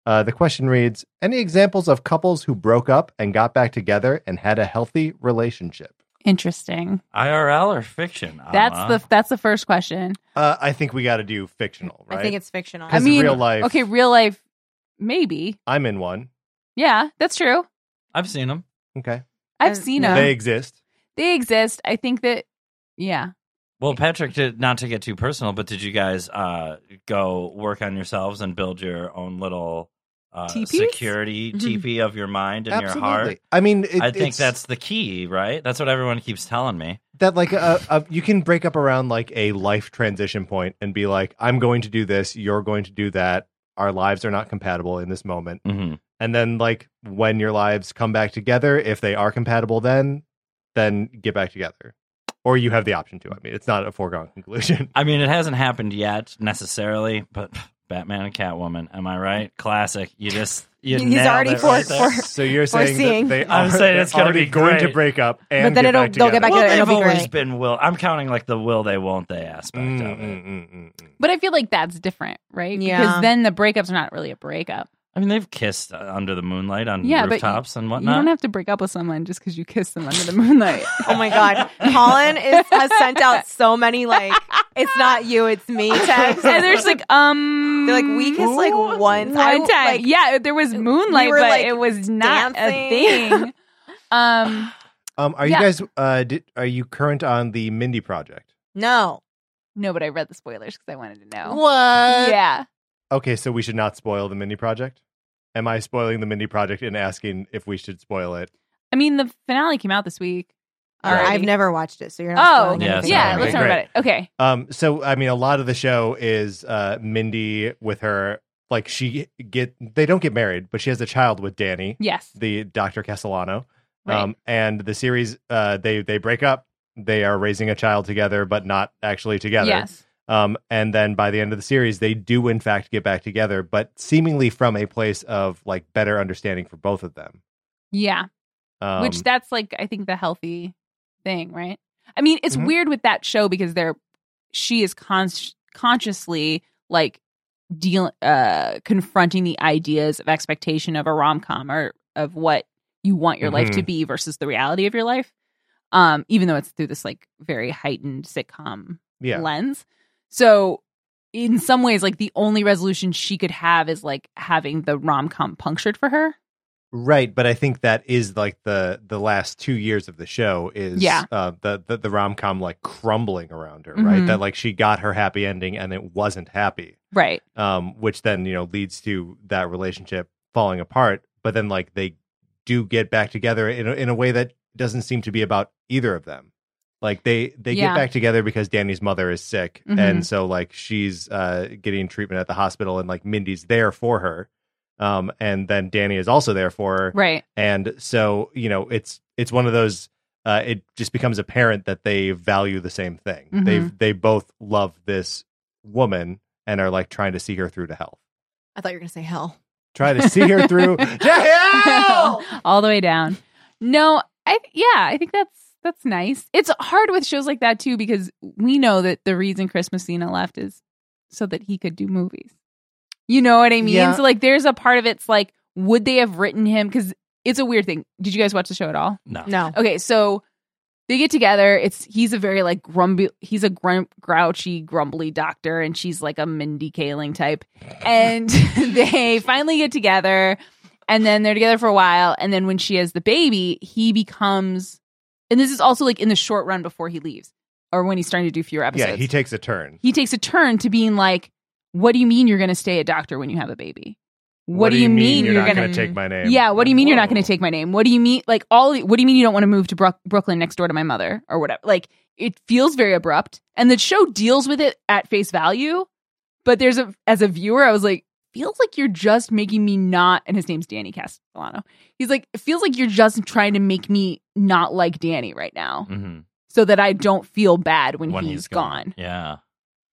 [SPEAKER 5] Uh, the question reads: Any examples of couples who broke up and got back together and had a healthy relationship?
[SPEAKER 7] Interesting.
[SPEAKER 6] IRL or fiction?
[SPEAKER 5] Uh-huh.
[SPEAKER 7] That's
[SPEAKER 6] Amma?
[SPEAKER 7] the that's the first question.
[SPEAKER 5] Uh, I think we got to do fictional, right?
[SPEAKER 9] I think it's fictional.
[SPEAKER 7] I
[SPEAKER 5] 'Cause
[SPEAKER 7] mean,
[SPEAKER 5] real life.
[SPEAKER 7] Okay, real life, maybe.
[SPEAKER 5] I'm in one.
[SPEAKER 7] Yeah, that's true.
[SPEAKER 6] I've seen them.
[SPEAKER 5] Okay,
[SPEAKER 7] I've
[SPEAKER 9] Uh,
[SPEAKER 7] seen them.
[SPEAKER 5] they
[SPEAKER 7] They,
[SPEAKER 5] exist.
[SPEAKER 7] exist. I think that. Yeah.
[SPEAKER 6] Well, Patrick, did, not to get too personal, but did you guys uh, go work on yourselves and build your own little uh,
[SPEAKER 9] Teepees?
[SPEAKER 6] security
[SPEAKER 9] Mhm.
[SPEAKER 6] teepee of your mind and
[SPEAKER 5] Absolutely.
[SPEAKER 6] your heart?
[SPEAKER 5] I mean, it,
[SPEAKER 6] I think
[SPEAKER 5] it's-
[SPEAKER 6] that's the key, right? That's what everyone keeps telling me.
[SPEAKER 5] that like a, a you can break up around like a life transition point and be like i'm going to do this you're going to do that our lives are not compatible in this moment
[SPEAKER 6] Mm-hmm.
[SPEAKER 5] and then like when your lives come back together if they are compatible then then get back together or you have the option to i mean it's not a foregone conclusion
[SPEAKER 6] I mean, it hasn't happened yet necessarily, but Batman and Catwoman, am I right? Classic. You just you
[SPEAKER 9] He's
[SPEAKER 6] nailed
[SPEAKER 9] already
[SPEAKER 6] it right
[SPEAKER 9] forced
[SPEAKER 6] there.
[SPEAKER 9] for-
[SPEAKER 5] so you're saying
[SPEAKER 9] seeing.
[SPEAKER 5] that they are
[SPEAKER 6] I'm saying it's
[SPEAKER 5] they're
[SPEAKER 6] gonna be
[SPEAKER 5] already going to
[SPEAKER 6] great.
[SPEAKER 5] break up and
[SPEAKER 9] then
[SPEAKER 5] get
[SPEAKER 9] it'll-
[SPEAKER 5] back
[SPEAKER 9] they'll get back
[SPEAKER 5] together.
[SPEAKER 6] Well,
[SPEAKER 9] together. It'll
[SPEAKER 6] they've
[SPEAKER 9] be
[SPEAKER 6] always
[SPEAKER 9] great.
[SPEAKER 6] been will. I'm counting like the will they won't they aspect
[SPEAKER 5] Mm,
[SPEAKER 6] of it.
[SPEAKER 5] mm, mm, mm, mm.
[SPEAKER 7] But I feel like that's different, right?
[SPEAKER 9] Yeah.
[SPEAKER 7] Because then the breakups are not really a breakup.
[SPEAKER 6] I mean, they've kissed uh, under the moonlight on
[SPEAKER 7] Yeah, but
[SPEAKER 6] rooftops and
[SPEAKER 7] You
[SPEAKER 6] whatnot.
[SPEAKER 7] don't have to break up with someone just because you kiss them under the moonlight.
[SPEAKER 9] Oh my god, Colin is, has sent out so many like it's not you, it's me texts.
[SPEAKER 7] and there's like, um,
[SPEAKER 9] They're like we kissed like
[SPEAKER 7] Ooh.
[SPEAKER 9] once. I,
[SPEAKER 7] one time.
[SPEAKER 9] like,
[SPEAKER 7] yeah, there was moonlight,
[SPEAKER 9] were,
[SPEAKER 7] but
[SPEAKER 9] like,
[SPEAKER 7] it was not a
[SPEAKER 9] dancing.
[SPEAKER 7] thing. Um,
[SPEAKER 5] um are
[SPEAKER 7] Yeah.
[SPEAKER 5] you guys uh did, are you current on the mindy project
[SPEAKER 9] No.
[SPEAKER 7] no, but I read the spoilers because I wanted to know.
[SPEAKER 9] Uh,
[SPEAKER 5] what
[SPEAKER 7] Yeah,
[SPEAKER 5] Okay, so we should not spoil the Mindy Project. Am I spoiling the Mindy Project and asking if we should spoil it?
[SPEAKER 7] I mean the finale came out this week.
[SPEAKER 9] All right.
[SPEAKER 7] already.
[SPEAKER 9] I've never watched it, so you're not
[SPEAKER 7] Oh,
[SPEAKER 9] spoiling
[SPEAKER 6] Yeah,
[SPEAKER 7] yeah.
[SPEAKER 9] anything.
[SPEAKER 6] sorry.
[SPEAKER 7] let's
[SPEAKER 5] Okay,
[SPEAKER 7] talk about it. Okay.
[SPEAKER 5] Um, so I mean, a lot of the show is uh, Mindy with her like she get they don't get married, but she has a child with Danny,
[SPEAKER 7] Yes.
[SPEAKER 5] the Doctor Castellano.
[SPEAKER 7] Right.
[SPEAKER 5] Um, and the series uh, they they break up. They are raising a child together, but not actually together.
[SPEAKER 7] Yes.
[SPEAKER 5] Um, and then by the end of the series, they do in fact get back together, but seemingly from a place of like better understanding for both of them.
[SPEAKER 7] Yeah.
[SPEAKER 5] Um,
[SPEAKER 7] Which that's like I think the healthy thing, right? I mean, it's
[SPEAKER 5] Mhm.
[SPEAKER 7] weird with that show because they're she is con- consciously like deal uh confronting the ideas of expectation of a rom-com or of what you want your life to
[SPEAKER 5] Mhm.
[SPEAKER 7] be versus the reality of your life. Um even though it's through this like very heightened sitcom
[SPEAKER 5] yeah.
[SPEAKER 7] lens. So in some ways, like the only resolution she could have is like having the rom com punctured for her.
[SPEAKER 5] Right, but I think that is like the the last two years of the show is
[SPEAKER 7] Yeah.
[SPEAKER 5] uh, the the, the rom com like crumbling around her,
[SPEAKER 7] Mhm.
[SPEAKER 5] right? That like she got her happy ending and it wasn't happy,
[SPEAKER 7] Right.
[SPEAKER 5] um, which then you know leads to that relationship falling apart. But then like they do get back together in a, in a way that doesn't seem to be about either of them. Like they they
[SPEAKER 7] Yeah.
[SPEAKER 5] get back together because Danny's mother is sick,
[SPEAKER 7] Mhm.
[SPEAKER 5] and so like she's uh, getting treatment at the hospital, and like Mindy's there for her. Um, and then Danny is also there for her
[SPEAKER 7] Right.
[SPEAKER 5] and so you know it's it's one of those uh, it just becomes apparent that they value the same thing
[SPEAKER 7] Mhm.
[SPEAKER 5] they they both love this woman and are like trying to see her through to health
[SPEAKER 9] I thought you were gonna say hell.
[SPEAKER 5] try to see her through yeah!
[SPEAKER 7] All the way down. No, I yeah, I think that's that's nice. It's hard with shows like that too because we know that the reason Chris Messina left is so that he could do movies. You know what I mean?
[SPEAKER 5] Yeah.
[SPEAKER 7] So like there's a part of it's like would they have written him cuz it's a weird thing. Did you guys watch the show at all?
[SPEAKER 6] No.
[SPEAKER 9] No.
[SPEAKER 7] Okay, so they get together. It's he's a very like grumpy, he's a grum, grouchy, grumbly doctor, and she's like a Mindy Kaling type. And they finally get together, and then they're together for a while. And then when she has the baby, he becomes, and this is also like in the short run before he leaves, or when he's starting to do fewer episodes.
[SPEAKER 5] Yeah, he takes a turn.
[SPEAKER 7] he takes a turn to being like, "What do you mean you're going to stay a doctor when you have a baby? What, do you mean,
[SPEAKER 5] you're, not
[SPEAKER 7] gonna-
[SPEAKER 5] going to take my name?
[SPEAKER 7] yeah, what do you mean you're not going
[SPEAKER 5] Whoa.
[SPEAKER 7] to take my name? What do you mean like all what do you mean you don't want to move to Brook Brooklyn next door to my mother or whatever? Like it feels very abrupt and the show deals with it at face value, but there's a as a viewer I was like feels like you're just making me not and his name's Danny Castellano. He's like it feels like you're just trying to make me not like Danny right now
[SPEAKER 6] Mhm.
[SPEAKER 7] so that I don't feel bad when,
[SPEAKER 6] When
[SPEAKER 7] he's gone.
[SPEAKER 6] Yeah.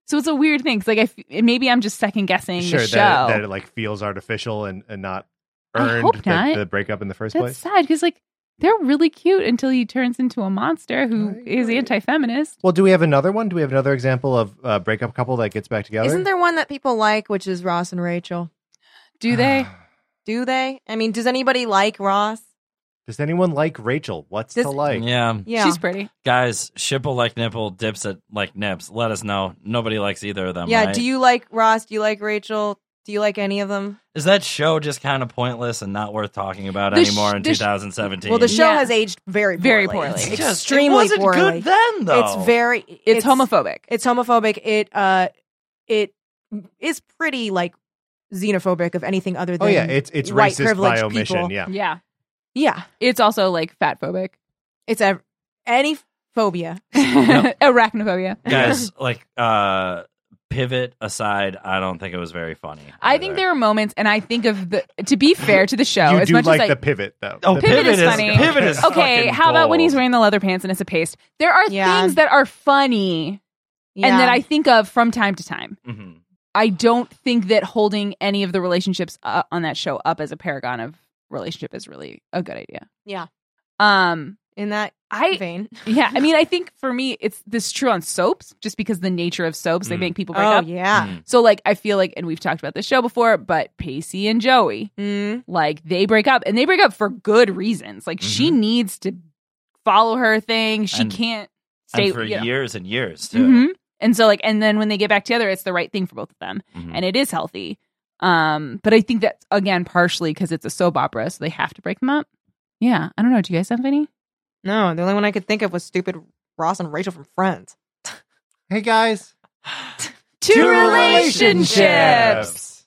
[SPEAKER 7] So it's a weird thing 'cause, like I f- and maybe I'm just second guessing
[SPEAKER 5] sure
[SPEAKER 7] the
[SPEAKER 5] that,
[SPEAKER 7] show.
[SPEAKER 5] that it like feels artificial and, and not
[SPEAKER 7] I
[SPEAKER 5] earned
[SPEAKER 7] hope
[SPEAKER 5] the,
[SPEAKER 7] not.
[SPEAKER 5] the breakup in the first
[SPEAKER 7] That's
[SPEAKER 5] place.
[SPEAKER 7] sad because like they're really cute until he turns into a monster who
[SPEAKER 5] Right,
[SPEAKER 7] is
[SPEAKER 5] right.
[SPEAKER 7] anti-feminist.
[SPEAKER 5] Well, do we have another one? Do we have another example of a breakup couple that gets back together?
[SPEAKER 9] Isn't there one that people like, which is Ross and Rachel?
[SPEAKER 7] Do they?
[SPEAKER 9] Do they? I mean, does anybody like Ross?
[SPEAKER 5] Does anyone like Rachel? What's
[SPEAKER 9] Does-
[SPEAKER 5] to like?
[SPEAKER 6] yeah.
[SPEAKER 9] Yeah.
[SPEAKER 7] She's pretty.
[SPEAKER 6] Guys, shipple like nipple, dips it like nips. Let us know. Nobody likes either of them.
[SPEAKER 9] yeah.
[SPEAKER 6] right?
[SPEAKER 9] Do you like Ross? Do you like Rachel? Do you like any of them?
[SPEAKER 6] Is that show just kind of pointless and not worth talking about
[SPEAKER 7] The sh-
[SPEAKER 6] anymore in
[SPEAKER 7] the sh-
[SPEAKER 6] 2017?
[SPEAKER 9] Well, the show
[SPEAKER 7] Yeah.
[SPEAKER 9] has aged very, poorly.
[SPEAKER 7] Very poorly.
[SPEAKER 9] It's
[SPEAKER 7] It
[SPEAKER 6] just-
[SPEAKER 9] extremely
[SPEAKER 6] it wasn't
[SPEAKER 9] poorly.
[SPEAKER 6] good then, though.
[SPEAKER 9] It's very.
[SPEAKER 7] It's, homophobic.
[SPEAKER 9] It's homophobic. It uh, it is pretty like xenophobic of anything other
[SPEAKER 5] Oh
[SPEAKER 9] than.
[SPEAKER 5] yeah, it's it's
[SPEAKER 9] white
[SPEAKER 5] racist by
[SPEAKER 9] privileged
[SPEAKER 5] omission.
[SPEAKER 9] people.
[SPEAKER 5] Yeah.
[SPEAKER 7] yeah.
[SPEAKER 9] yeah.
[SPEAKER 7] It's also like fatphobic.
[SPEAKER 9] It's ev- any phobia.
[SPEAKER 7] Arachnophobia.
[SPEAKER 6] guys like uh pivot aside. I don't think it was very funny.
[SPEAKER 7] I think there are moments and I think of the to be fair to the show
[SPEAKER 5] you
[SPEAKER 7] as
[SPEAKER 5] do
[SPEAKER 7] much
[SPEAKER 5] like
[SPEAKER 7] as I
[SPEAKER 5] the pivot though.
[SPEAKER 6] Oh,
[SPEAKER 5] The
[SPEAKER 7] Pivot is funny.
[SPEAKER 6] Pivot is
[SPEAKER 7] Okay,
[SPEAKER 6] fucking
[SPEAKER 7] how about when
[SPEAKER 6] gold.
[SPEAKER 7] he's wearing the leather pants and it's a paste? There are
[SPEAKER 9] Yeah.
[SPEAKER 7] things that are funny and that I think of from time to time.
[SPEAKER 6] Mhm.
[SPEAKER 7] I don't think that holding any of the relationships uh, on that show up as a paragon of relationship is really a good idea.
[SPEAKER 9] Yeah.
[SPEAKER 7] Um
[SPEAKER 9] in that
[SPEAKER 7] I
[SPEAKER 9] vein.
[SPEAKER 7] yeah, I mean I think for me it's this is true on soaps just because the nature of soaps they
[SPEAKER 6] Mm.
[SPEAKER 7] make people break
[SPEAKER 9] Oh
[SPEAKER 7] up.
[SPEAKER 9] yeah.
[SPEAKER 6] Mm.
[SPEAKER 7] So like I feel like and we've talked about this show before but Pacey and Joey
[SPEAKER 9] Mm.
[SPEAKER 7] like they break up and they break up for good reasons. Like she needs to follow her thing. She
[SPEAKER 6] Mm-hmm. And-
[SPEAKER 7] can't stay
[SPEAKER 6] and for
[SPEAKER 7] you know.
[SPEAKER 6] years and years too.
[SPEAKER 7] Mhm. And so like and then when they get back together it's the right thing for both of them
[SPEAKER 6] Mhm.
[SPEAKER 7] and it is healthy. Um, but I think that's again partially because it's a soap opera, so they have to break them up. Yeah, I don't know. Do you guys have any?
[SPEAKER 9] No, the only one I could think of was stupid Ross and Rachel from Friends.
[SPEAKER 5] Hey guys.
[SPEAKER 7] Two,
[SPEAKER 5] relationships. relationships.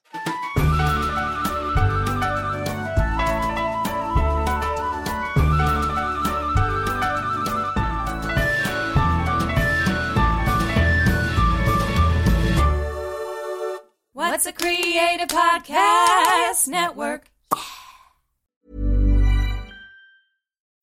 [SPEAKER 10] What's a creative podcast network?